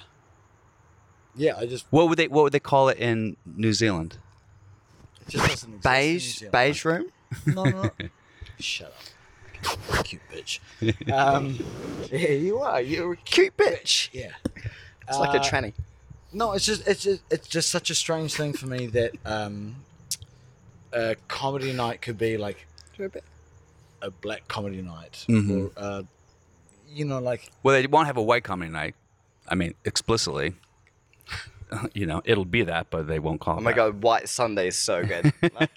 Speaker 1: yeah, I just
Speaker 2: What would they What would they call it in New Zealand?
Speaker 1: it just doesn't exist in New
Speaker 3: Beige,
Speaker 1: Zealand.
Speaker 3: beige room.
Speaker 1: No, no, no. Shut up. cute bitch. Um, yeah, you are. You're a
Speaker 3: Cute bitch.
Speaker 1: yeah.
Speaker 3: It's like a
Speaker 1: Uh,
Speaker 3: tranny.
Speaker 1: No, it's just it's just it's just such a strange thing for me that um, a comedy night could be like a black comedy night,
Speaker 2: Mhm.
Speaker 1: or uh, you know, like
Speaker 2: Well, they won't have a white comedy night. I mean, explicitly. you know, it'll be that, but they won't call
Speaker 3: Oh
Speaker 2: it
Speaker 3: my
Speaker 2: that.
Speaker 3: god, White Sunday's so good. Like,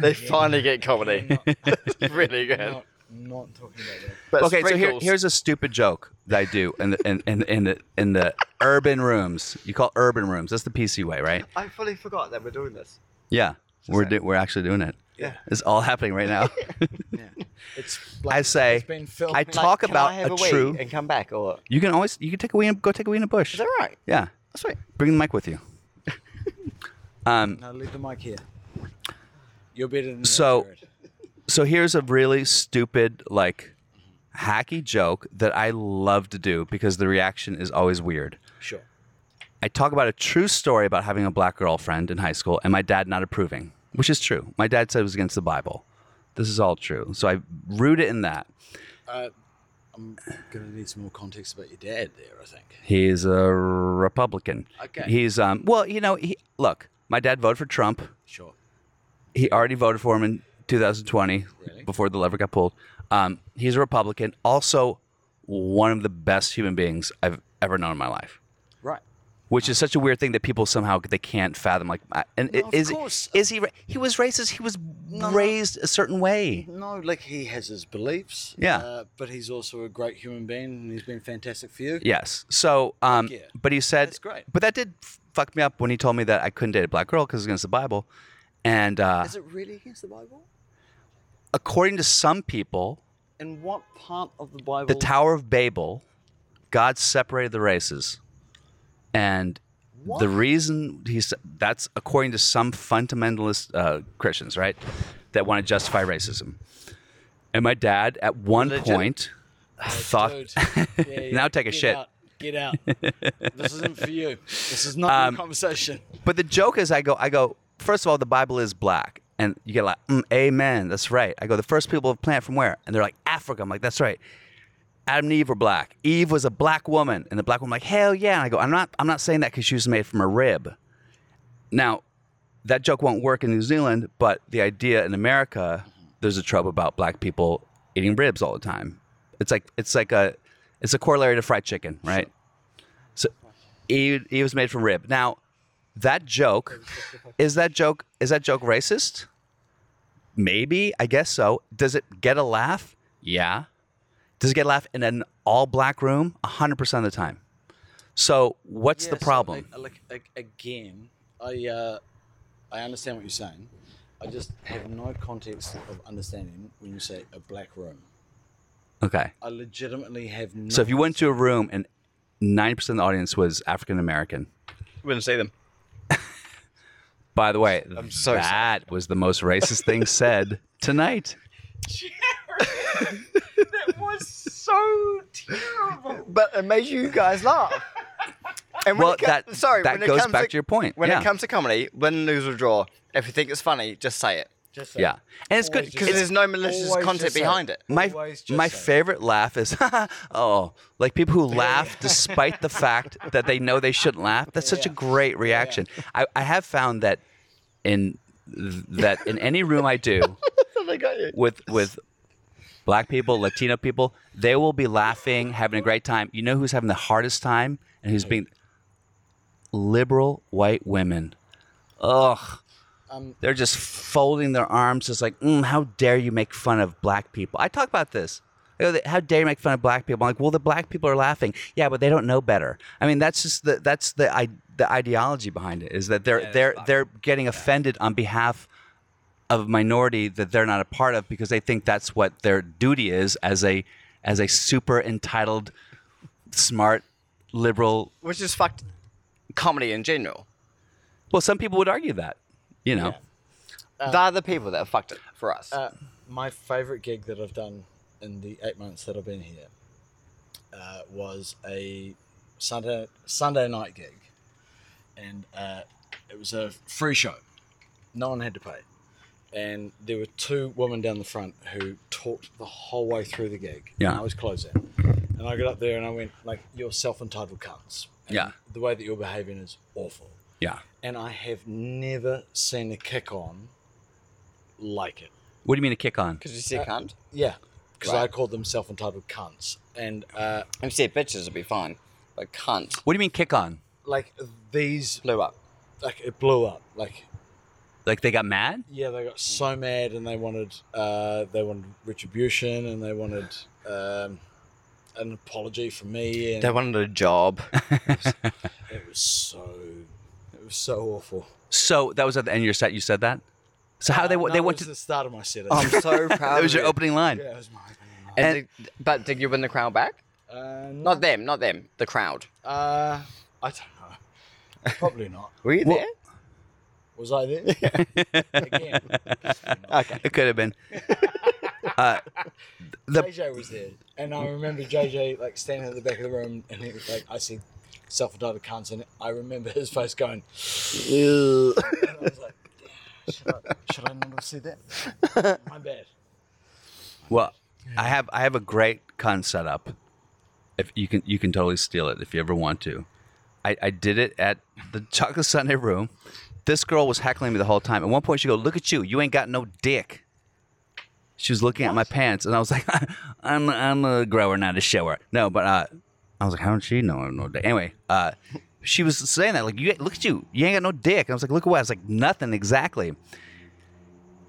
Speaker 3: they finally get comedy. it's really good.
Speaker 1: not, not talking about that.
Speaker 3: But
Speaker 2: okay, so here,
Speaker 3: sprinkles-
Speaker 2: here's a stupid joke that I do in the, in, in, in the, in the urban rooms. You call it urban rooms. That's the PC way, right?
Speaker 3: I fully forgot that we're doing this.
Speaker 2: Yeah, we're do, we're actually doing it.
Speaker 3: Yeah.
Speaker 2: it's all happening right now.
Speaker 1: It's
Speaker 2: I
Speaker 1: like,
Speaker 2: say,
Speaker 1: it's been filmed.
Speaker 2: I talk
Speaker 3: Can
Speaker 2: about
Speaker 3: I have
Speaker 2: a
Speaker 3: a wee
Speaker 2: true.
Speaker 3: and come back, or
Speaker 2: You can always you can take a wee and go take a wee in a bush.
Speaker 3: is that right?
Speaker 2: Yeah,
Speaker 3: That's right.
Speaker 2: bring the mic with you. Um,
Speaker 1: no, leave the mic here. You're better than that,
Speaker 2: So-
Speaker 1: Jared.
Speaker 2: so here's a really stupid like hacky joke that I love to do because the reaction is always weird.
Speaker 1: sure.
Speaker 2: I talk about a true story about having a black girlfriend in high school and my dad not approving, which is true. My dad said it was against the Bible. This is all true. So I root it in that.
Speaker 1: I'm gonna need some more context about your dad there. I think.
Speaker 2: He's a Republican.
Speaker 1: Okay.
Speaker 2: He's um well, you know, he look, my dad voted for Trump.
Speaker 1: Sure.
Speaker 2: He already voted for him in 2020
Speaker 1: Really?
Speaker 2: before the lever got pulled. Um, he's a Republican, also one of the best human beings I've ever known in my life.
Speaker 1: Right.
Speaker 2: Which is such a weird thing that people somehow they can't fathom. Like, I- and
Speaker 1: No, of
Speaker 2: is
Speaker 1: course.
Speaker 2: is he? ra- He was racist. He was raised a certain way.
Speaker 1: No, like he has his beliefs.
Speaker 2: Yeah.
Speaker 1: Uh, but he's also a great human being, and he's been fantastic for you.
Speaker 2: Yes. So, um,
Speaker 1: Heck yeah.
Speaker 2: but he said,
Speaker 1: That's great.
Speaker 2: But that did f- fuck me up when he told me that I couldn't date a black girl because it's against the Bible. And uh,
Speaker 1: Is it really against the Bible?
Speaker 2: according to some people,
Speaker 1: And what part of the Bible?
Speaker 2: the Tower of Babel, God separated the races, and the reason he's that's according to some fundamentalist uh, Christians, right, that want to justify racism. And my dad, at one
Speaker 3: Religion?
Speaker 2: point, thought
Speaker 1: Dude, yeah, yeah,
Speaker 2: now take a
Speaker 1: get
Speaker 2: shit.
Speaker 1: out, Get out. this isn't for you. This is not
Speaker 2: Um,
Speaker 1: your conversation.
Speaker 2: But the joke is, I go, I go. First of all, the Bible is black, and you get like, mm, Amen. That's right. I go, the first people of plant from where? And they're like Africa. I'm like, that's right. Adam and Eve were black. Eve was a black woman, and the black woman like, hell yeah. And I go, I'm not, I'm not saying that because she was made from a rib. Now, that joke won't work in New Zealand, but the idea in America, there's a trope about black people eating ribs all the time. It's like, it's like a, it's a corollary to fried chicken, right? So, Eve, Eve was made from rib. Now, that joke is that joke is that joke racist maybe i guess so does it get a laugh yeah does it get a laugh in an all black room 100% of the time so what's
Speaker 1: Yeah,
Speaker 2: the
Speaker 1: so,
Speaker 2: problem
Speaker 1: like- like, like, again, I uh, I understand what you're saying. I just have no context of understanding when you say a black room.
Speaker 2: okay
Speaker 1: I legitimately have no.
Speaker 2: so if you went to a room and 90% of the audience was african american
Speaker 3: Wouldn't see them.
Speaker 2: by the way
Speaker 3: so sorry.
Speaker 2: that was the most racist thing said tonight
Speaker 3: That was so terrible. But it made you guys laugh. And when
Speaker 2: well
Speaker 3: it co-
Speaker 2: that
Speaker 3: sorry,
Speaker 2: that
Speaker 3: when it
Speaker 2: goes
Speaker 3: comes
Speaker 2: back to, your point
Speaker 3: When
Speaker 2: yeah.
Speaker 3: it comes to comedy, win, lose, or draw, if you think it's funny, just say it.
Speaker 1: Just
Speaker 2: yeah and it's good
Speaker 1: Always
Speaker 3: Because there's no malicious
Speaker 1: Always
Speaker 3: content
Speaker 1: just say
Speaker 3: behind it.
Speaker 2: my
Speaker 1: Always just
Speaker 2: my
Speaker 1: say it.
Speaker 2: favorite laugh is oh like people who laugh despite the fact that they know they shouldn't laugh that's such a great reaction I, I have found that in th- that in any room i do with with black people latino people they will be laughing having a great time you know who's having the hardest time and who's being liberal white women ugh
Speaker 1: Um,
Speaker 2: they're just folding their arms, just like, mm, how dare you make fun of black people? I talk about this. I go, How dare you make fun of black people? I'm like, well, the black people are laughing. Yeah, but they don't know better. I mean, that's just the that's the I, the ideology behind it is that they're they're they're getting offended on behalf of a minority that they're not a part of because they think that's what their duty is as a as a super entitled, smart, liberal.
Speaker 3: Which is fucked comedy in general.
Speaker 2: Well, some people would argue that, you know.
Speaker 3: They're the people that have fucked it for us.
Speaker 1: Uh, my favorite gig that I've done in the eight months that I've been here uh, was a Sunday Sunday night gig, and uh, it was a free show. No one had to pay, and there were two women down the front who talked the whole way through the gig.
Speaker 2: Yeah.
Speaker 1: And I was closing, and I got up there and I went like, "You're self entitled cunts. And
Speaker 2: Yeah.
Speaker 1: The way that you're behaving is awful."
Speaker 2: Yeah.
Speaker 1: And I have never seen a kick on like it.
Speaker 2: What do you mean a kick on?
Speaker 3: Because you said
Speaker 1: uh,
Speaker 3: cunt.
Speaker 1: Yeah. Because I
Speaker 3: Right.
Speaker 1: called them self entitled cunts, and uh,
Speaker 2: Oh.
Speaker 3: If you said bitches, it'd be fine. But cunt
Speaker 2: What do you mean kick on?
Speaker 1: like these,
Speaker 3: blew up.
Speaker 1: like it blew up. Like
Speaker 2: Like they got mad?
Speaker 1: yeah, they got so
Speaker 2: Hmm.
Speaker 1: mad and they wanted uh, they wanted retribution and they wanted um, an apology from me and
Speaker 3: They wanted a job.
Speaker 1: it was so it was so awful.
Speaker 2: So that was at the end of your set. You said that. So how they
Speaker 1: Uh,
Speaker 2: wa- Oh.
Speaker 1: no,
Speaker 2: they
Speaker 1: it
Speaker 2: went
Speaker 1: was
Speaker 2: to
Speaker 1: the start of my set.
Speaker 3: I'm so proud.
Speaker 2: that was
Speaker 3: of
Speaker 2: your
Speaker 3: you.
Speaker 2: opening line.
Speaker 1: yeah, it was my opening night.
Speaker 3: And did- but did you win the crowd back?
Speaker 1: Uh, no,
Speaker 3: Not them, not them. The crowd.
Speaker 1: uh, I don't know. Probably not.
Speaker 3: Were you
Speaker 2: Well-
Speaker 3: there?
Speaker 1: Was I there? Again.
Speaker 3: Okay.
Speaker 2: It could have been. uh, The-
Speaker 1: JJ was there, and I remember JJ like standing at the back of the room, and he was like, "I said self-entitled cunts," and I remember his face going, and I was like, "Damn, "Should I, should I not have said that? My bad."
Speaker 2: well, I have I have a great con setup. If you can you can totally steal it if you ever want to. I, I did it at the chocolate Sunday room. This girl was heckling me the whole time. At one point, she go, "Look at you! You ain't got no dick." She was looking at my pants, and I was like, "I'm I'm a grower, not a shower." No, but uh, I was like, "How did she know I have no dick?" Anyway, uh, she was saying that like, "You look at you! You ain't got no dick." And I was like, "Look at what?" I was like, "Nothing exactly."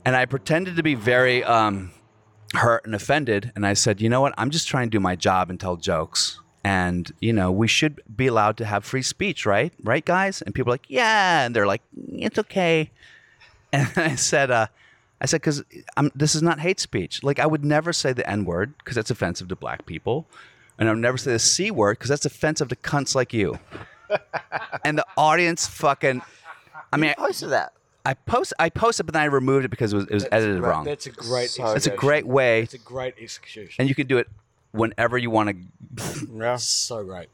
Speaker 2: And I pretended to be very um, hurt and offended. And I said, you know what? I'm just trying to do my job and tell jokes. And, you know, we should be allowed to have free speech, right? Right, guys? And people are like, yeah. And they're like, it's okay. And I said, uh, I said, because this is not hate speech. Like, I would never say the N word because that's offensive to black people. And I would never say the C word because that's offensive to cunts like you. and the audience fucking, I mean, I,
Speaker 3: Posted that.
Speaker 2: I post, I posted, but then I removed it because it was, it was edited wrong.
Speaker 1: That's a great.
Speaker 3: So
Speaker 1: execution.
Speaker 2: It's a great way
Speaker 1: It's a great execution.
Speaker 2: and you can do it whenever you want to.
Speaker 3: Yeah.
Speaker 1: so great.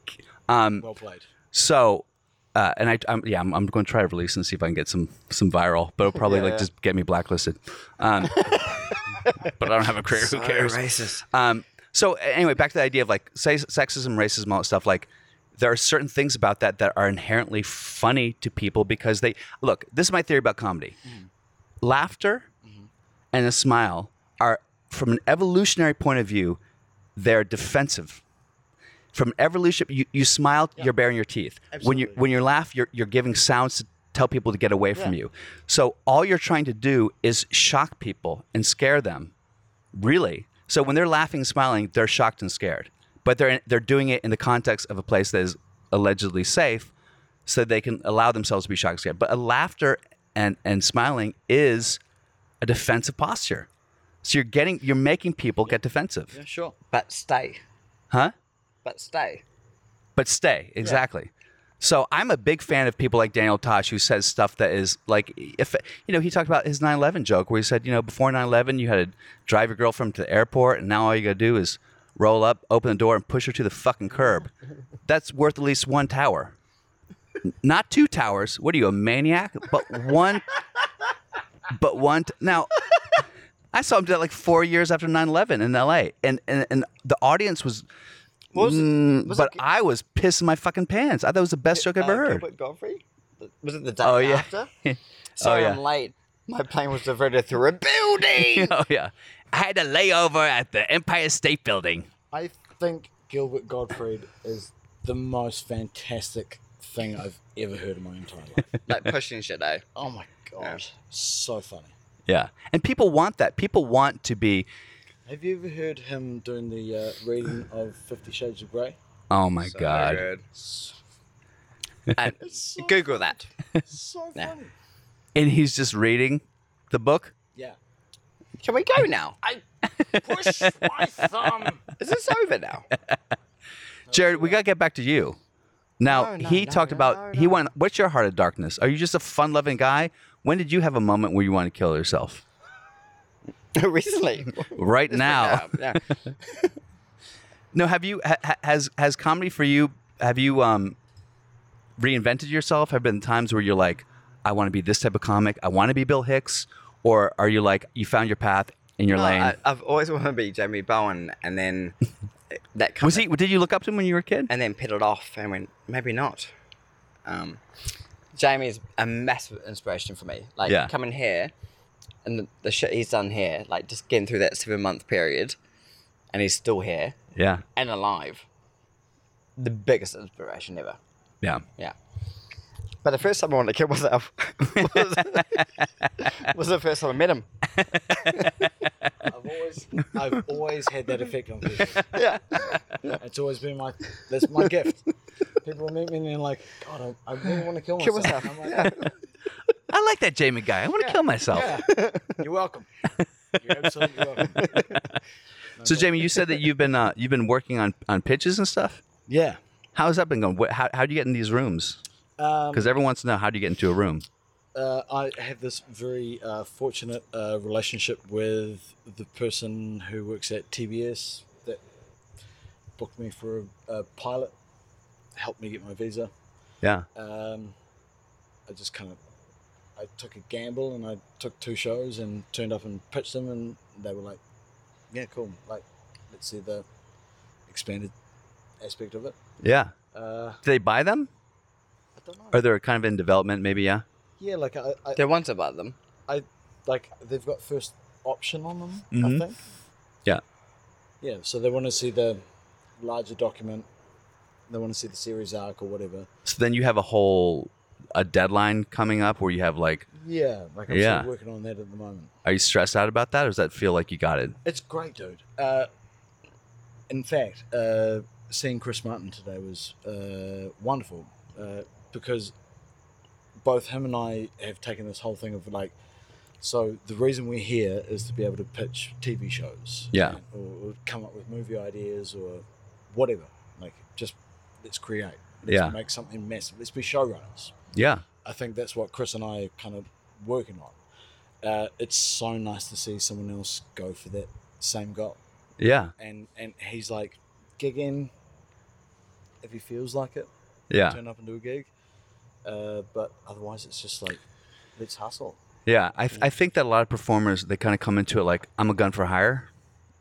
Speaker 2: Um,
Speaker 1: Well played.
Speaker 2: so, uh, and I, I'm, yeah, I'm, I'm going to try to release and see if I can get some some viral, but it'll probably like just get me blacklisted. Um, but I don't have a career. Who cares?
Speaker 3: Racist.
Speaker 2: Um, so a- anyway, back to the idea of like say, sexism, racism, all that stuff. Like there are certain things about that that are inherently funny to people because they look. This is my theory about comedy: laughter and a smile are, from an evolutionary point of view, they're defensive. From evolution, you, you smile, you're baring your teeth. When you when you laugh, you're you're giving sounds to tell people to get away from you. So all you're trying to do is shock people and scare them Really? So when they're laughing, smiling, they're shocked and scared. But they're they're doing it in the context of a place that is allegedly safe, so they can allow themselves to be shocked and scared. But a laughter and and smiling is a defensive posture. So you're getting you're making people get defensive,
Speaker 3: Sure. But stay.
Speaker 2: huh?
Speaker 3: But stay.
Speaker 2: But stay exactly. So I'm a big fan of people like Daniel Tosh who says stuff that is like, if you know, he talked about his 9/11 joke where he said, you know, before 9/11 you had to drive your girlfriend to the airport, and now all you gotta do is roll up, open the door, and push her to the fucking curb. That's worth at least one tower, N- not two towers. What are you, a maniac? But one, but one. T- now, I saw him do that like four years after 9/11 in L.A., and and, and the audience was.
Speaker 3: What was it-
Speaker 2: Mm,
Speaker 3: was it
Speaker 2: but
Speaker 3: Ki-
Speaker 2: I was pissing my fucking pants. I thought it was the best joke I've ever heard.
Speaker 3: Uh, Gilbert Godfrey? Was it the day
Speaker 2: Oh, yeah.
Speaker 3: after? Sorry,
Speaker 2: yeah.
Speaker 3: I'm late. My plane was diverted through a building.
Speaker 2: oh yeah, I had a layover at the Empire State Building.
Speaker 1: I think Gilbert Gottfried is the most fantastic thing I've ever heard in my entire life.
Speaker 3: like pushing shit, eh?
Speaker 1: Oh my god, so funny.
Speaker 2: Yeah, and people want that. People want to be.
Speaker 1: Have you ever heard him doing the uh, reading of Fifty Shades of Grey?
Speaker 2: Oh my god.
Speaker 3: And Google that.
Speaker 1: So
Speaker 3: Nah.
Speaker 1: funny.
Speaker 2: And he's just reading the book.
Speaker 1: Yeah.
Speaker 3: Can we go now?
Speaker 1: Push my thumb.
Speaker 3: Is this over now?
Speaker 2: Jared, we gotta get back to you. Now
Speaker 3: No, no,
Speaker 2: he
Speaker 3: no,
Speaker 2: talked
Speaker 3: no,
Speaker 2: about
Speaker 3: no.
Speaker 2: he went. What's your heart of darkness? Are you just a fun-loving guy? When did you have a moment where you want to kill yourself?
Speaker 3: Recently.
Speaker 2: Right now.
Speaker 3: Yeah.
Speaker 2: No, have you ha- ha- has has comedy for you? Have you um reinvented yourself? Have been times where you're like, I want to be this type of comic. I want to be Bill Hicks, or are you like you found your path in your
Speaker 3: No,
Speaker 2: lane?
Speaker 3: I, Uh, I've always wanted to be Jamie Bowen, and then that
Speaker 2: was
Speaker 3: comes
Speaker 2: he? Did you look up to him when you were a kid?
Speaker 3: and then peddled off and went, maybe not. Um, Jamie is a massive inspiration for me. Like
Speaker 2: Yeah.
Speaker 3: coming here and the, the shit he's done here, like just getting through that seven month period, and he's still here
Speaker 2: yeah,
Speaker 3: and alive. The biggest inspiration ever.
Speaker 2: yeah.
Speaker 3: Yeah. But the first time I wanted to kill myself was, was the first time I met him.
Speaker 1: I've always, I've always had that effect on people.
Speaker 3: Yeah.
Speaker 1: It's always been my, that's my gift. People meet me and they're like, God, I, I really want to kill
Speaker 3: Kill
Speaker 1: myself.
Speaker 3: myself,
Speaker 1: I'm like,
Speaker 2: I like that Jamie guy. I want to kill myself.
Speaker 1: You're welcome. You're absolutely welcome.
Speaker 2: So Jamie, you said that you've been uh, you've been working on on pitches and stuff.
Speaker 1: Yeah.
Speaker 2: How's that been going? What, how how do you get in these rooms?
Speaker 1: Um,
Speaker 2: Because everyone wants to know how do you get into a room.
Speaker 1: uh, I have this very uh, fortunate uh, relationship with the person who works at TBS that booked me for a, a pilot, helped me get my visa.
Speaker 2: Yeah.
Speaker 1: Um, I just kind of, I took a gamble and I took two shows and turned up and pitched them and they were like, yeah, cool. Like, let's see the expanded aspect of it.
Speaker 2: Yeah.
Speaker 1: Uh,
Speaker 2: Do they buy them?
Speaker 1: I don't know.
Speaker 2: Or they're kind of in development? Maybe. Yeah.
Speaker 1: Yeah, like I, I,
Speaker 3: There once about them.
Speaker 1: like they've got first option on them,
Speaker 2: Mhm.
Speaker 1: I think.
Speaker 2: Yeah.
Speaker 1: Yeah, so they want to see the larger document. They want to see the series arc or whatever.
Speaker 2: So then you have a whole a deadline coming up where you have like,
Speaker 1: Yeah, like I'm still
Speaker 2: Yeah.
Speaker 1: working on that at the moment.
Speaker 2: are you stressed out about that, or does that feel like you got it?
Speaker 1: It's great, dude. Uh, in fact, uh, seeing Chris Martin today was uh, wonderful uh, because both him and I have taken this whole thing of like, so the reason we're here is to be able to pitch TV shows,
Speaker 2: Yeah.
Speaker 1: or, or come up with movie ideas or whatever. Like, just let's create, let's
Speaker 2: Yeah.
Speaker 1: make something massive. Let's be showrunners.
Speaker 2: Yeah.
Speaker 1: I think that's what Chris and I are kind of working on. Uh, it's so nice to see someone else go for that same goal.
Speaker 2: Yeah.
Speaker 1: And and he's like, gig in if he feels like it,
Speaker 2: Yeah.
Speaker 1: turn up and do a gig. Uh, but otherwise, it's just like, let's hustle.
Speaker 2: Yeah, I, th- I think that a lot of performers they kind of come into it like I'm a gun for hire,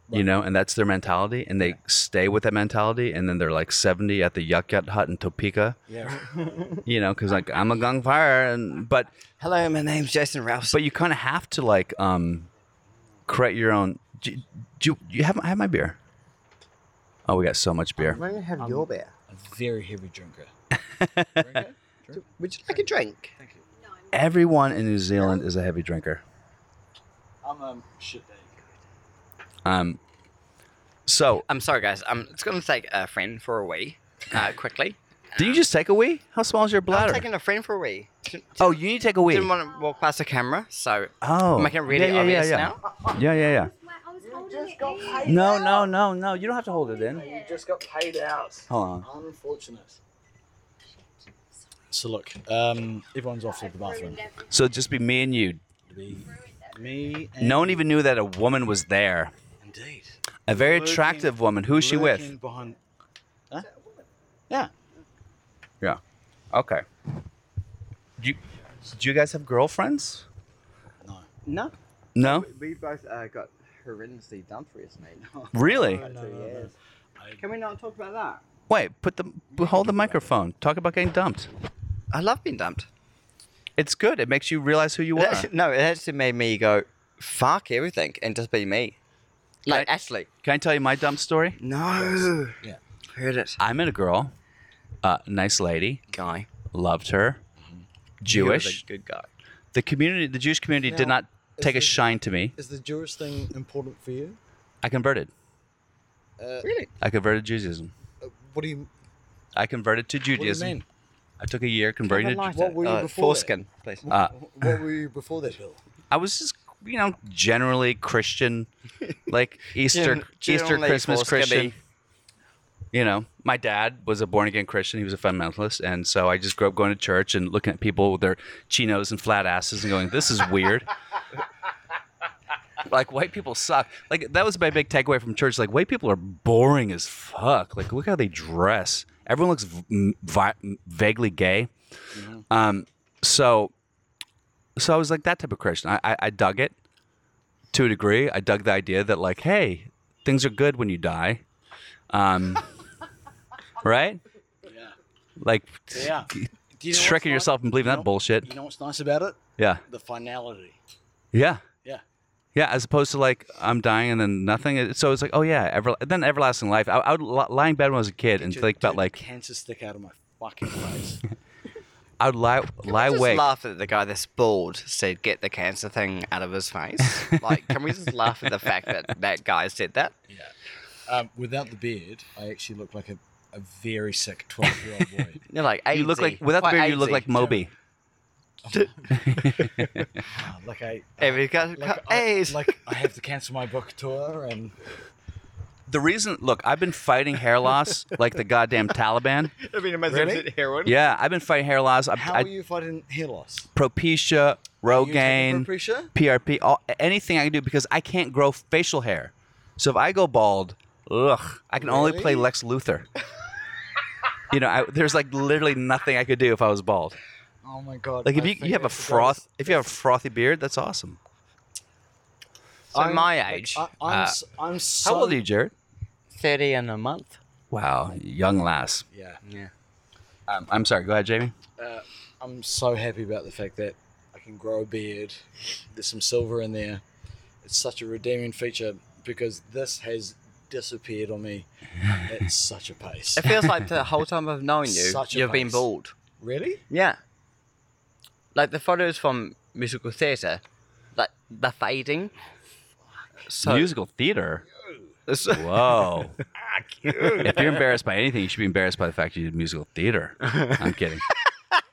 Speaker 2: you
Speaker 1: Right.
Speaker 2: know, and that's their mentality, and they stay with that mentality, and then they're like 70 at the Yuck Yuck Hut in Topeka,
Speaker 1: Yeah.
Speaker 2: you know, because like I'm a gun for hire, and but
Speaker 3: Hello, my name's Jason Rouse.
Speaker 2: but you kind of have to like um create your own. Do, you- do you- you have I have my beer? Oh, we got so much beer.
Speaker 3: I'm gonna have your beer.
Speaker 1: a very heavy drinker.
Speaker 3: Would you like a drink?
Speaker 2: Everyone in New Zealand is a heavy drinker.
Speaker 1: I'm a shit
Speaker 2: Um, so
Speaker 3: I'm sorry, guys. Um, it's gonna take a friend for a wee, uh, quickly.
Speaker 2: did you just take a wee? How small is your bladder?
Speaker 3: I'm taking a friend for a wee. Didn't,
Speaker 2: oh, you need to take a wee.
Speaker 3: didn't want to walk past the camera, so
Speaker 2: Oh,
Speaker 3: I'm making it really
Speaker 2: yeah, yeah, yeah,
Speaker 3: obvious
Speaker 2: yeah.
Speaker 3: now.
Speaker 2: Yeah, yeah, yeah.
Speaker 5: I was holding it in.
Speaker 2: No, no, no, no. You don't have to hold it in.
Speaker 1: You just got paid out.
Speaker 2: Hold on.
Speaker 1: Unfortunate. So look, um, everyone's off to the bathroom.
Speaker 2: So it'd just be me and you.
Speaker 1: Be me and
Speaker 2: No one even knew that a woman was there.
Speaker 1: indeed.
Speaker 2: A very
Speaker 1: Lurking-
Speaker 2: attractive woman. Who's she
Speaker 1: Lurking
Speaker 2: with?
Speaker 1: Behind,
Speaker 2: Yeah. Okay. Do you, do you guys have girlfriends?
Speaker 3: No,
Speaker 2: No.
Speaker 3: we both uh, got horrendously dumped recently.
Speaker 2: Really?
Speaker 3: Can we not talk about that?
Speaker 2: Wait. Put the hold the microphone. Talk about getting dumped.
Speaker 3: I love being dumped.
Speaker 2: It's good. It makes you realize who you
Speaker 3: It
Speaker 2: are.
Speaker 3: actually, no, it actually made me go fuck everything and just be me. Like
Speaker 2: Right.
Speaker 3: Ashley.
Speaker 2: Can I tell you my dump story?
Speaker 3: No.
Speaker 1: Yeah.
Speaker 3: Heard it.
Speaker 2: I met a girl, uh, nice lady,
Speaker 3: Guy.
Speaker 2: loved her,
Speaker 3: He was
Speaker 2: Jewish.
Speaker 3: a good guy.
Speaker 2: The community, the Jewish community, did
Speaker 1: Now,
Speaker 2: not take a
Speaker 1: is it-
Speaker 2: shine to me.
Speaker 1: Is the Jewish thing important for you?
Speaker 2: I converted.
Speaker 3: Really?
Speaker 2: I converted to Judaism.
Speaker 1: Uh, what do you,
Speaker 2: I converted to
Speaker 1: what do you
Speaker 2: Judaism.
Speaker 1: mean?
Speaker 2: I took a year converting to Judaism.
Speaker 1: What were you
Speaker 3: Uh,
Speaker 1: before?
Speaker 3: foreskin, please.
Speaker 1: that?
Speaker 2: Uh,
Speaker 1: Wh- what were you before that hill?
Speaker 2: I was just, you know, generally Christian, like Easter,
Speaker 3: Gen-
Speaker 2: Easter,
Speaker 3: generally
Speaker 2: Christmas
Speaker 3: foreskin.
Speaker 2: Christian. You know, my dad was a born again Christian. He was a fundamentalist, and so I just grew up going to church and looking at people with their chinos and flat asses and going, "This is weird." like white people suck. Like that was my big takeaway from church. Like white people are boring as fuck. Like look how they dress. Everyone
Speaker 1: Mm-hmm.
Speaker 2: looks v- m- vi- vaguely gay. Um, so So I was like that type of Christian. I, I, I dug it to a degree. I dug the idea that like, hey, things are good when you die, um, right?
Speaker 1: Yeah.
Speaker 2: Like,
Speaker 1: Yeah. Do you know what's
Speaker 2: tricking
Speaker 1: nice-
Speaker 2: yourself and believing
Speaker 1: you
Speaker 2: that
Speaker 1: know-
Speaker 2: bullshit.
Speaker 1: You know what's nice about it?
Speaker 2: Yeah,
Speaker 1: The finality.
Speaker 2: yeah,
Speaker 1: Yeah.
Speaker 2: yeah. As opposed to like, I'm dying and then nothing. It- So it's like, oh yeah, ever then everlasting life. I, I would li- lie in bed when I was a kid and
Speaker 1: Dude,
Speaker 2: think about
Speaker 1: dude,
Speaker 2: like,
Speaker 1: cancer stick out of my fucking face.
Speaker 2: I would lie lie
Speaker 3: I just
Speaker 2: awake.
Speaker 3: laugh at the guy that's bald said get the cancer thing out of his face. like, can we just laugh at the fact that that guy said that?
Speaker 1: um, without the beard, I actually look like a, a very sick twelve year old boy.
Speaker 3: You're like,
Speaker 2: You look
Speaker 3: AZ,
Speaker 2: like without the
Speaker 3: quite
Speaker 2: beard, you look
Speaker 3: AZ.
Speaker 2: like Moby.
Speaker 1: Ah, like I,
Speaker 3: Every guy,
Speaker 1: like I,
Speaker 3: hey,
Speaker 1: like I have to cancel my book tour and
Speaker 2: The reason, look, I've been fighting hair loss like the goddamn Taliban.
Speaker 3: I mean, imagine
Speaker 1: Really?
Speaker 3: it's heroin.
Speaker 2: Yeah, I've been fighting hair loss. I,
Speaker 1: how
Speaker 2: I,
Speaker 1: are you fighting hair loss?
Speaker 2: Propecia,
Speaker 1: Are you taking
Speaker 2: Rogaine,
Speaker 1: Propecia?
Speaker 2: PRP, all, anything I can do because I can't grow facial hair. So if I go bald, ugh, I can only play
Speaker 1: Really?
Speaker 2: Lex Luthor. you know, I, there's like literally nothing I could do if I was bald.
Speaker 1: Oh my god!
Speaker 2: Like if
Speaker 1: I
Speaker 2: you, you
Speaker 1: think
Speaker 2: have a
Speaker 1: that's the
Speaker 2: froth,
Speaker 1: greatest-
Speaker 2: if you have a frothy beard, that's awesome.
Speaker 3: So
Speaker 1: I'm-
Speaker 3: my
Speaker 1: like,
Speaker 3: age,
Speaker 1: I, I'm,
Speaker 3: uh,
Speaker 1: s- I'm so
Speaker 2: How old are you, Jared?
Speaker 3: thirty in a month.
Speaker 2: Wow, young lass.
Speaker 1: Yeah.
Speaker 2: Um, I'm sorry. Go ahead, Jamie.
Speaker 1: Uh, I'm so happy about the fact that I can grow a beard. There's some silver in there. It's such a redeeming feature because this has disappeared on me at such a pace.
Speaker 3: It feels like the whole time I've known you,
Speaker 1: Such a
Speaker 3: you've been
Speaker 1: base.
Speaker 3: bald.
Speaker 1: Really?
Speaker 3: Yeah. Like the photos from musical theatre, like the fading. So
Speaker 2: Musical theater. Whoa. if you're embarrassed by anything, you should be embarrassed by the fact you did musical theater. I'm kidding.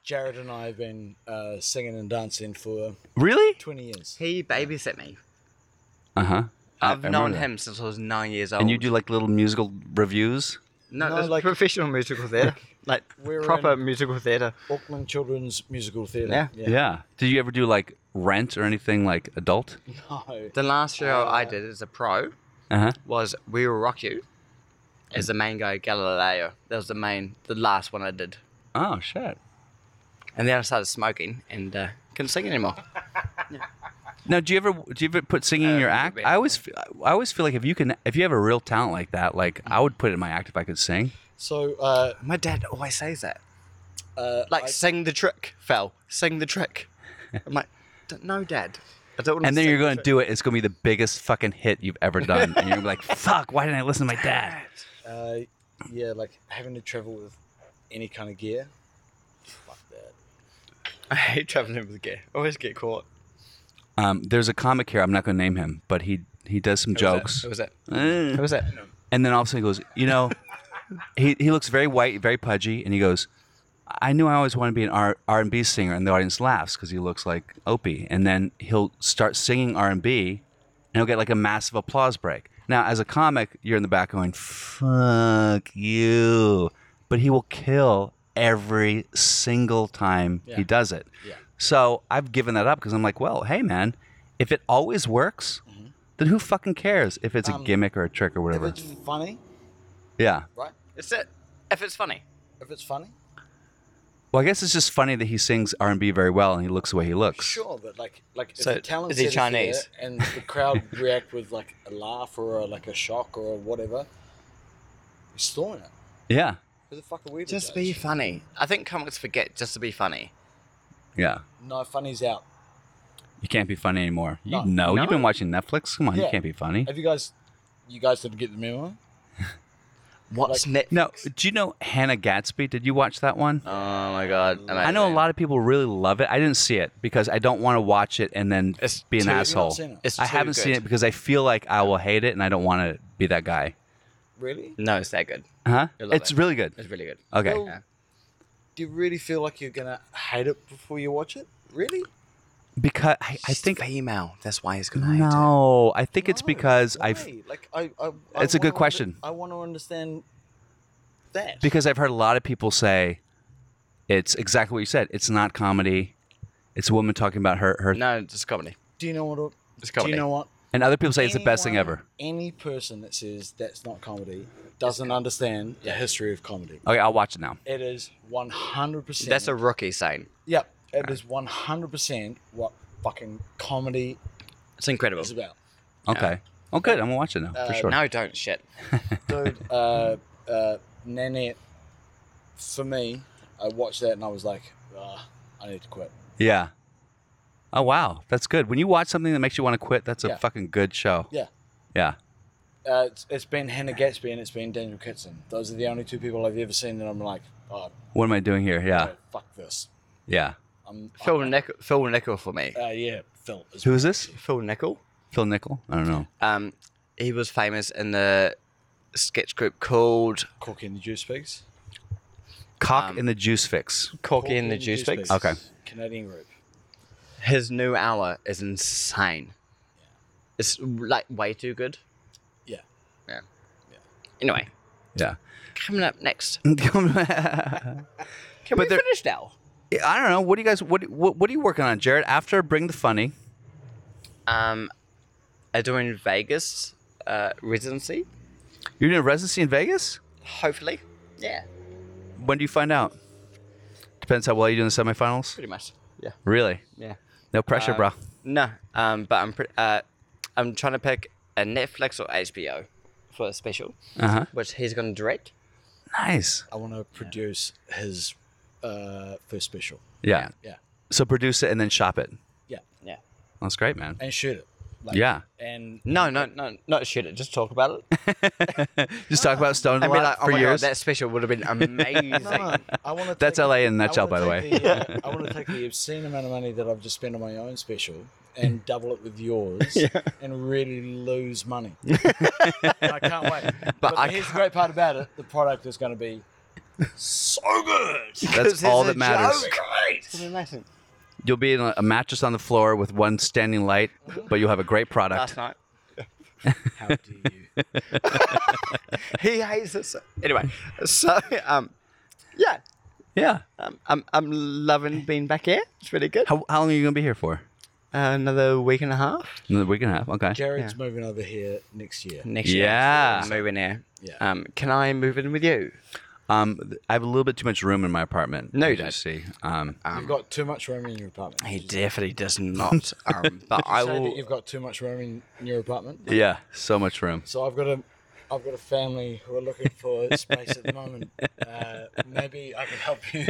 Speaker 1: Jared and I have been uh, singing and dancing for
Speaker 2: Really?
Speaker 1: 20 years.
Speaker 3: he babysat me.
Speaker 2: Uh huh.
Speaker 3: I've known him since I was nine years old.
Speaker 2: And you do like little musical reviews.
Speaker 3: no,
Speaker 1: No,
Speaker 3: it's
Speaker 1: like-
Speaker 3: professional musical theatre, like
Speaker 1: We're
Speaker 3: proper
Speaker 1: in-
Speaker 3: musical theatre.
Speaker 1: Auckland Children's Musical Theatre.
Speaker 3: Yeah.
Speaker 2: Did you ever do like Rent or anything like adult?
Speaker 1: No.
Speaker 3: The last show I
Speaker 1: Uh,
Speaker 3: did as a pro
Speaker 2: Uh huh.
Speaker 3: was We Will Rock You, as the main guy Galileo. That was the main, the last one I did.
Speaker 2: Oh shit.
Speaker 3: And then I started smoking and uh, couldn't sing anymore.
Speaker 2: Now, do you ever do you ever put singing in
Speaker 3: Uh,
Speaker 2: your act?
Speaker 3: wait.
Speaker 2: I always fe- I always feel like if you can if you have a real talent like that, like I would put it in my act if I could sing.
Speaker 1: So, uh,
Speaker 3: My dad always says that.
Speaker 1: uh,
Speaker 3: Like,
Speaker 1: I-
Speaker 3: sing the trick, Phil. Sing the trick. I'm like, "D- no, dad. I don't want
Speaker 2: And then you're going to do it. It's going to be the biggest fucking hit you've ever done. And you're gonna be like, fuck, why didn't I listen to my dad?
Speaker 1: uh, yeah, like having to travel with any kind of gear. Fuck that.
Speaker 3: I hate traveling with gear. I always get caught.
Speaker 2: Um, there's a comic here. I'm not going to name him, but he he does some jokes.
Speaker 3: Who was it?
Speaker 2: Eh.
Speaker 3: Who was it?
Speaker 2: And then all of a sudden he goes, you know, he, he looks very white, very pudgy, and he goes, I knew I always wanted to be an R and B singer, and the audience laughs because he looks like Opie. And then he'll start singing R and B, and he'll get like a massive applause break. Now, as a comic, you're in the back going, "Fuck you," but he will kill every single time
Speaker 1: Yeah.
Speaker 2: he does it.
Speaker 1: Yeah.
Speaker 2: So I've given that up because I'm like, well, hey man, if it always works, then who fucking cares if it's
Speaker 1: Mm-hmm. Um,
Speaker 2: a gimmick or a trick or whatever?
Speaker 1: If it's funny,
Speaker 2: Yeah.
Speaker 1: right?
Speaker 3: It's it. If it's funny.
Speaker 1: If it's funny,
Speaker 2: Well, I guess it's just funny that he sings R and B very well, and he looks the way he looks.
Speaker 1: sure, but like, like if
Speaker 3: So,
Speaker 1: the talent
Speaker 3: is he
Speaker 1: set there
Speaker 3: Chinese?
Speaker 1: and the crowd react with like a laugh or a, like a shock or whatever, you're storing it.
Speaker 2: Yeah,
Speaker 1: Who the fuck are we? to
Speaker 3: Just be
Speaker 1: judge?
Speaker 3: funny. I think comics forget just to be funny.
Speaker 2: yeah.
Speaker 1: no funny's out.
Speaker 2: You can't be funny anymore. You
Speaker 1: No.
Speaker 2: know,
Speaker 3: No.
Speaker 2: you've been watching Netflix. Come on, you
Speaker 1: Yeah.
Speaker 2: can't be funny.
Speaker 1: Have you guys? You guys didn't get the memo.
Speaker 3: What's next?
Speaker 2: No, do you know Hannah Gatsby? Did you watch that one?
Speaker 3: Oh my god. Amazing.
Speaker 2: I know a lot of people really love it. I didn't see it because I don't want to watch it and then
Speaker 3: It's
Speaker 2: be an
Speaker 1: Have
Speaker 3: too-
Speaker 1: you not
Speaker 2: asshole.
Speaker 1: seen it?
Speaker 3: It's
Speaker 2: I
Speaker 3: too
Speaker 2: haven't seen
Speaker 3: good.
Speaker 2: it because I feel like I will hate it and I don't want to be that guy.
Speaker 1: Really?
Speaker 3: No, it's that good.
Speaker 2: Huh?
Speaker 3: You'll love
Speaker 2: It's
Speaker 3: it.
Speaker 2: really good.
Speaker 3: It's really good.
Speaker 2: Okay.
Speaker 1: Well, Do you really feel like you're gonna hate it before you watch it? Really?
Speaker 2: Because I, I
Speaker 3: She's
Speaker 2: think
Speaker 3: female. That's why he's gonna hate her.
Speaker 2: no, I think it's
Speaker 1: No,
Speaker 2: because
Speaker 1: why?
Speaker 2: I've
Speaker 1: like I. I, I
Speaker 2: It's a
Speaker 1: wanna under-
Speaker 2: good question.
Speaker 1: I want to understand that.
Speaker 2: because I've heard a lot of people say it's exactly what you said. It's not comedy. It's a woman talking about her her
Speaker 3: No, it's comedy.
Speaker 1: do you know what?
Speaker 3: It's
Speaker 1: Do
Speaker 3: comedy.
Speaker 1: you know what?
Speaker 2: and other people say it's the best thing
Speaker 1: Anyone-
Speaker 2: ever.
Speaker 1: Any person that says that's not comedy doesn't understand the history of comedy.
Speaker 2: Okay, I'll watch it now.
Speaker 1: It is 100%.
Speaker 3: That's a rookie saying.
Speaker 1: Yep. It is 100% what fucking comedy
Speaker 3: It's incredible.
Speaker 1: is about.
Speaker 2: Okay. Oh, good. I'm gonna watch it now
Speaker 1: Uh,
Speaker 2: for sure.
Speaker 3: No, don't shit.
Speaker 1: Dude, uh, uh, Nanette, for me, I watched that and I was like, ah, I need to quit.
Speaker 2: Yeah. Oh wow, that's good. When you watch something that makes you want to quit, that's a
Speaker 1: Yeah.
Speaker 2: fucking good show.
Speaker 1: Yeah.
Speaker 2: Yeah.
Speaker 1: Uh, it's, it's been Hannah Gatsby and it's been Daniel Kitson. Those are the only two people I've ever seen that I'm like, oh,
Speaker 2: What am I doing here? Yeah.
Speaker 1: no, fuck this.
Speaker 2: Yeah.
Speaker 1: I'm,
Speaker 3: Phil Nickel, Phil Nickel for me.
Speaker 1: uh, yeah, Phil. Is
Speaker 2: Who is this?
Speaker 3: Phil Nickel.
Speaker 2: Phil Nickel? I don't know.
Speaker 3: Um, he was famous in the sketch group called
Speaker 1: Corky and the Juice Pigs.
Speaker 2: Cock
Speaker 3: Um,
Speaker 2: in the Juice Fix.
Speaker 3: Corky and the Juice
Speaker 2: Pigs.
Speaker 3: Pigs.
Speaker 2: Okay.
Speaker 1: Canadian group.
Speaker 3: His new hour is insane. It's like way too good.
Speaker 1: Yeah.
Speaker 3: Yeah. Anyway,
Speaker 2: Yeah.
Speaker 3: coming up next.
Speaker 2: Yeah,
Speaker 3: Can
Speaker 2: But
Speaker 3: we
Speaker 2: there-
Speaker 3: finish now?
Speaker 2: I don't know. What do you guys what, what what are you working on, Jared? After Bring the Funny.
Speaker 3: Um, I doing Vegas uh, residency.
Speaker 2: You're doing a residency in Vegas?
Speaker 3: Hopefully. Yeah.
Speaker 2: When do you find out? Depends how well you do in the semifinals.
Speaker 3: Pretty much. Yeah.
Speaker 2: Really?
Speaker 3: Yeah.
Speaker 2: No pressure,
Speaker 3: Uh,
Speaker 2: bro.
Speaker 3: No. Um, but I'm pre- uh, I'm trying to pick a Netflix or HBO for a special,
Speaker 2: Uh-huh.
Speaker 3: which he's going to direct.
Speaker 2: Nice.
Speaker 1: I want to produce his uh, first special
Speaker 2: Yeah.
Speaker 1: Yeah.
Speaker 2: So produce it and then shop it.
Speaker 1: Yeah.
Speaker 3: Yeah.
Speaker 2: That's great, man.
Speaker 1: and shoot it. Like,
Speaker 2: Yeah.
Speaker 1: And
Speaker 3: No, no, no, not shoot it. Just talk about it.
Speaker 2: Just talk about Stone a
Speaker 3: I mean,
Speaker 2: lot
Speaker 3: like, oh
Speaker 2: for
Speaker 3: my
Speaker 2: years.
Speaker 3: God, that special would have been amazing.
Speaker 1: No, no, I want to.
Speaker 2: That's LA in a nutshell, by the way.
Speaker 1: I want to take the obscene amount of money that I've just spent on my own special and double it with yours and really lose money. And I can't wait. But,
Speaker 3: I
Speaker 1: here's the great part about it: the product is going to be so good.
Speaker 2: That's all that matters.
Speaker 3: It's amazing.
Speaker 2: You'll be in a a mattress on the floor with one standing light, but you'll have a great
Speaker 3: Last
Speaker 2: product.
Speaker 3: night.
Speaker 1: How do you?
Speaker 3: He hates it. So. Anyway, so, um, yeah,
Speaker 2: Yeah.
Speaker 3: um, I'm, I'm loving being back here. It's really good. Uh,
Speaker 2: How, how long are you going to be here for?
Speaker 3: another week and a half.
Speaker 2: Another week and a half. Okay.
Speaker 1: Jared's moving over here next year.
Speaker 3: Next year.
Speaker 2: Yeah.
Speaker 3: I'm Moving here.
Speaker 1: Yeah.
Speaker 3: Um, can I move in with you?
Speaker 2: Um, th- I have a little bit too much room in my apartment.
Speaker 3: No, you
Speaker 2: as
Speaker 3: don't.
Speaker 2: See. Um,
Speaker 1: You've got too much room in your apartment.
Speaker 3: He definitely does not. Um, but I
Speaker 1: say
Speaker 3: will.
Speaker 1: that you've got too much room in, in your apartment.
Speaker 2: yeah. So much room.
Speaker 1: So I've got a, I've got a family who are looking for space at the moment. Uh, maybe I can help you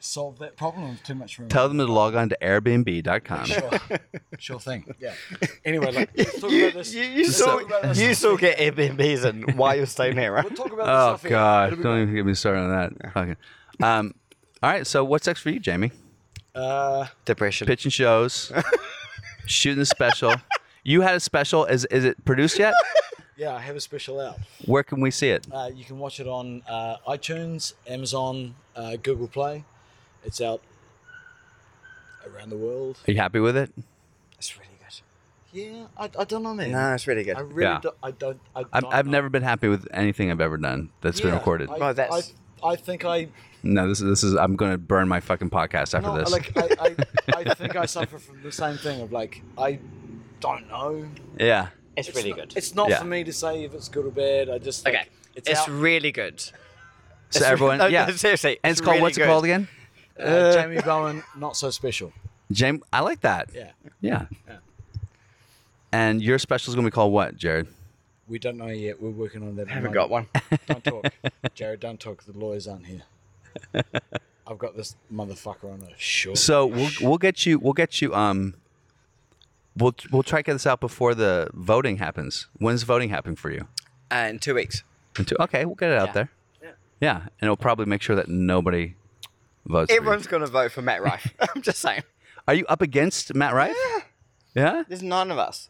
Speaker 1: solve that problem of too much room.
Speaker 2: Tell them to log on to Airbnb.com.
Speaker 1: Sure, sure thing. Yeah. Anyway, look, let's talk
Speaker 3: you,
Speaker 1: about this.
Speaker 3: you, you,
Speaker 1: let's
Speaker 3: still,
Speaker 1: talk about this
Speaker 3: you
Speaker 1: off
Speaker 3: still
Speaker 1: air.
Speaker 3: get Airbnbs and why you're staying here, right?
Speaker 1: We'll talk about
Speaker 2: Oh
Speaker 1: this. off air.
Speaker 2: God!
Speaker 1: It'll be
Speaker 2: Don't even get me started on that. Fucking. Um, all right. So what's next for you, Jamie?
Speaker 1: great. Uh,
Speaker 3: Depression.
Speaker 2: Pitching shows, shooting a special. You had a special. Is is it produced yet?
Speaker 1: yeah, I have a special out.
Speaker 2: Where can we see it?
Speaker 1: Uh, you can watch it on uh, iTunes, Amazon, uh, Google Play. It's out around the world.
Speaker 2: Are you happy with it?
Speaker 3: It's really good.
Speaker 1: Yeah, I, I don't know, man.
Speaker 3: No, it's really good.
Speaker 1: I really
Speaker 2: Yeah.
Speaker 1: don't. I don't. I
Speaker 2: I'm,
Speaker 1: don't
Speaker 2: I've
Speaker 1: know.
Speaker 2: never been happy with anything I've ever done that's been
Speaker 1: Yeah,
Speaker 2: recorded.
Speaker 1: I,
Speaker 3: Well, Oh, that's-
Speaker 1: I, I think I.
Speaker 2: no, this is this is. I'm gonna burn my fucking podcast after
Speaker 1: No,
Speaker 2: this.
Speaker 1: like I, I, I think I suffer from the same thing of like I don't know.
Speaker 2: yeah.
Speaker 3: It's, really
Speaker 1: not,
Speaker 3: good.
Speaker 1: It's not
Speaker 2: Yeah.
Speaker 1: for me to say if it's good or bad. I just like,
Speaker 3: okay. It's,
Speaker 1: It's, out.
Speaker 3: really good.
Speaker 2: So
Speaker 3: It's-
Speaker 2: everyone,
Speaker 3: no,
Speaker 2: yeah.
Speaker 3: no, seriously.
Speaker 2: and it's, called
Speaker 3: really
Speaker 2: what's
Speaker 3: good.
Speaker 2: it called again?
Speaker 1: uh, Jamie Bowen, not so special.
Speaker 2: James. I like that.
Speaker 1: Yeah,
Speaker 2: Yeah. And your special is gonna be called what, Jared?
Speaker 1: we don't know yet. We're working on that.
Speaker 3: I haven't got one.
Speaker 1: Don't talk, Jared. Don't talk. The lawyers aren't here. I've got this motherfucker on a short.
Speaker 2: So we'll we'll get you we'll get you um. We'll we'll try to get this out before the voting happens. When's voting happening for you?
Speaker 3: Uh, in two weeks.
Speaker 2: Into, okay, we'll get it out there. Yeah. and it'll probably make sure that nobody votes. for you.
Speaker 3: Everyone's going to vote for Matt Rife. I'm just saying.
Speaker 2: Are you up against Matt Rife? Yeah.
Speaker 3: There's nine of us.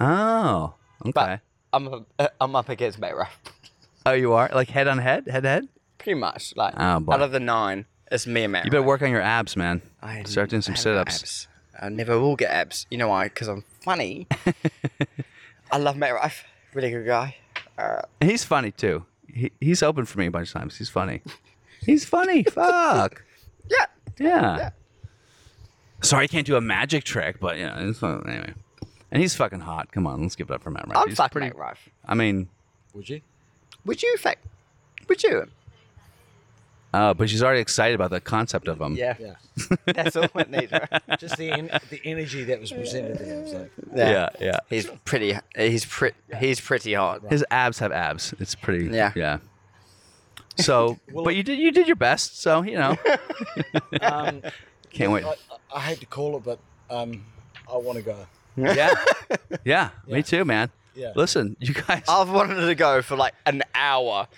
Speaker 2: Oh,
Speaker 3: But
Speaker 2: okay.
Speaker 3: I'm, up- uh, I'm up against Matt Rife.
Speaker 2: oh, you are like head on head, head to head.
Speaker 3: Pretty much. Like,
Speaker 2: Oh, boy.
Speaker 3: out of the nine, it's me and Matt
Speaker 2: You better
Speaker 3: Rife.
Speaker 2: work on your abs, man.
Speaker 3: I
Speaker 2: Start doing
Speaker 3: I
Speaker 2: some
Speaker 3: have no
Speaker 2: sit-ups.
Speaker 3: abs. I never will get abs. You know why? Because I'm funny. I love Matt Rife. Really good guy. Uh,
Speaker 2: And he's funny too. He, he's opened for me a bunch of times. He's funny. He's funny. Fuck.
Speaker 3: Yeah.
Speaker 2: Yeah. Sorry, I can't do a magic trick, but you know, it's, uh, anyway. And he's fucking hot. Come on, let's give it up for Matt Rife.
Speaker 3: I'd
Speaker 2: He's
Speaker 3: fuck
Speaker 2: pretty-
Speaker 3: Matt Rife.
Speaker 2: I mean,
Speaker 1: Would you?
Speaker 3: Would you fuck? Would you?
Speaker 2: Oh, but she's already excited about the concept of them.
Speaker 3: Yeah.
Speaker 1: Yeah.
Speaker 3: That's all it needs, right?
Speaker 1: Just the en- the energy that was presented to him was like,
Speaker 2: Yeah. yeah.
Speaker 3: He's pretty. He's pretty. He's pretty hot.
Speaker 2: His abs have abs. It's pretty.
Speaker 3: Yeah.
Speaker 2: Yeah. So, but you did you did your best. So you know,
Speaker 1: um,
Speaker 2: can't wait.
Speaker 1: I, I hate to call it, but um, I want to go.
Speaker 2: Yeah. yeah.
Speaker 1: Yeah.
Speaker 2: Me too, man.
Speaker 1: Yeah.
Speaker 2: Listen, you guys.
Speaker 3: I've wanted to go for like an hour,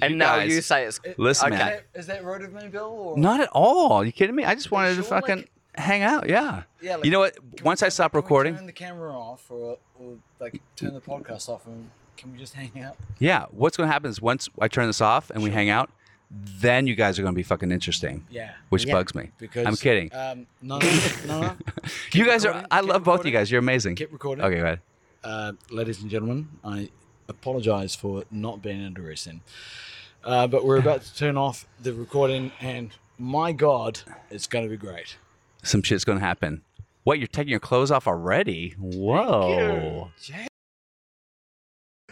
Speaker 3: and
Speaker 2: You
Speaker 3: now
Speaker 2: guys-
Speaker 3: you say it's.
Speaker 2: Listen,
Speaker 3: okay.
Speaker 2: man.
Speaker 1: Is that rude of me, Bill? Or?
Speaker 2: Not at all. you kidding me? I just wanted
Speaker 1: sure,
Speaker 2: to fucking
Speaker 1: like-
Speaker 2: hang out. Yeah.
Speaker 1: Yeah, like-
Speaker 2: you know what? Once I stop
Speaker 1: Can we
Speaker 2: recording,
Speaker 1: turn the camera off, or, or like turn the podcast off, and can we just hang out?
Speaker 2: yeah. What's gonna happen is once I turn this off and we hang out, then you guys are gonna be fucking interesting,
Speaker 1: Yeah.
Speaker 2: which
Speaker 3: Yeah.
Speaker 2: bugs me.
Speaker 1: Because
Speaker 2: I'm kidding.
Speaker 1: Um, no, no, no, no.
Speaker 2: you guys are.
Speaker 1: recording,
Speaker 2: I
Speaker 1: keep
Speaker 2: love both of you
Speaker 1: recording,
Speaker 2: guys. You're amazing.
Speaker 1: Keep recording.
Speaker 2: okay, go ahead.
Speaker 1: Uh, ladies and gentlemen, I apologize for not being interesting, uh, but we're about to turn off the recording, and my God, it's going to be great.
Speaker 2: Some shit's gonna happen. What? You're taking your clothes off already? Whoa.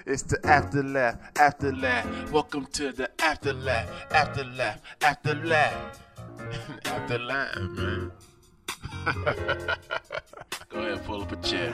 Speaker 6: It's the afterlife, afterlife. Welcome to the afterlife, afterlife, afterlife. afterlife, man. Go ahead, pull up a chair.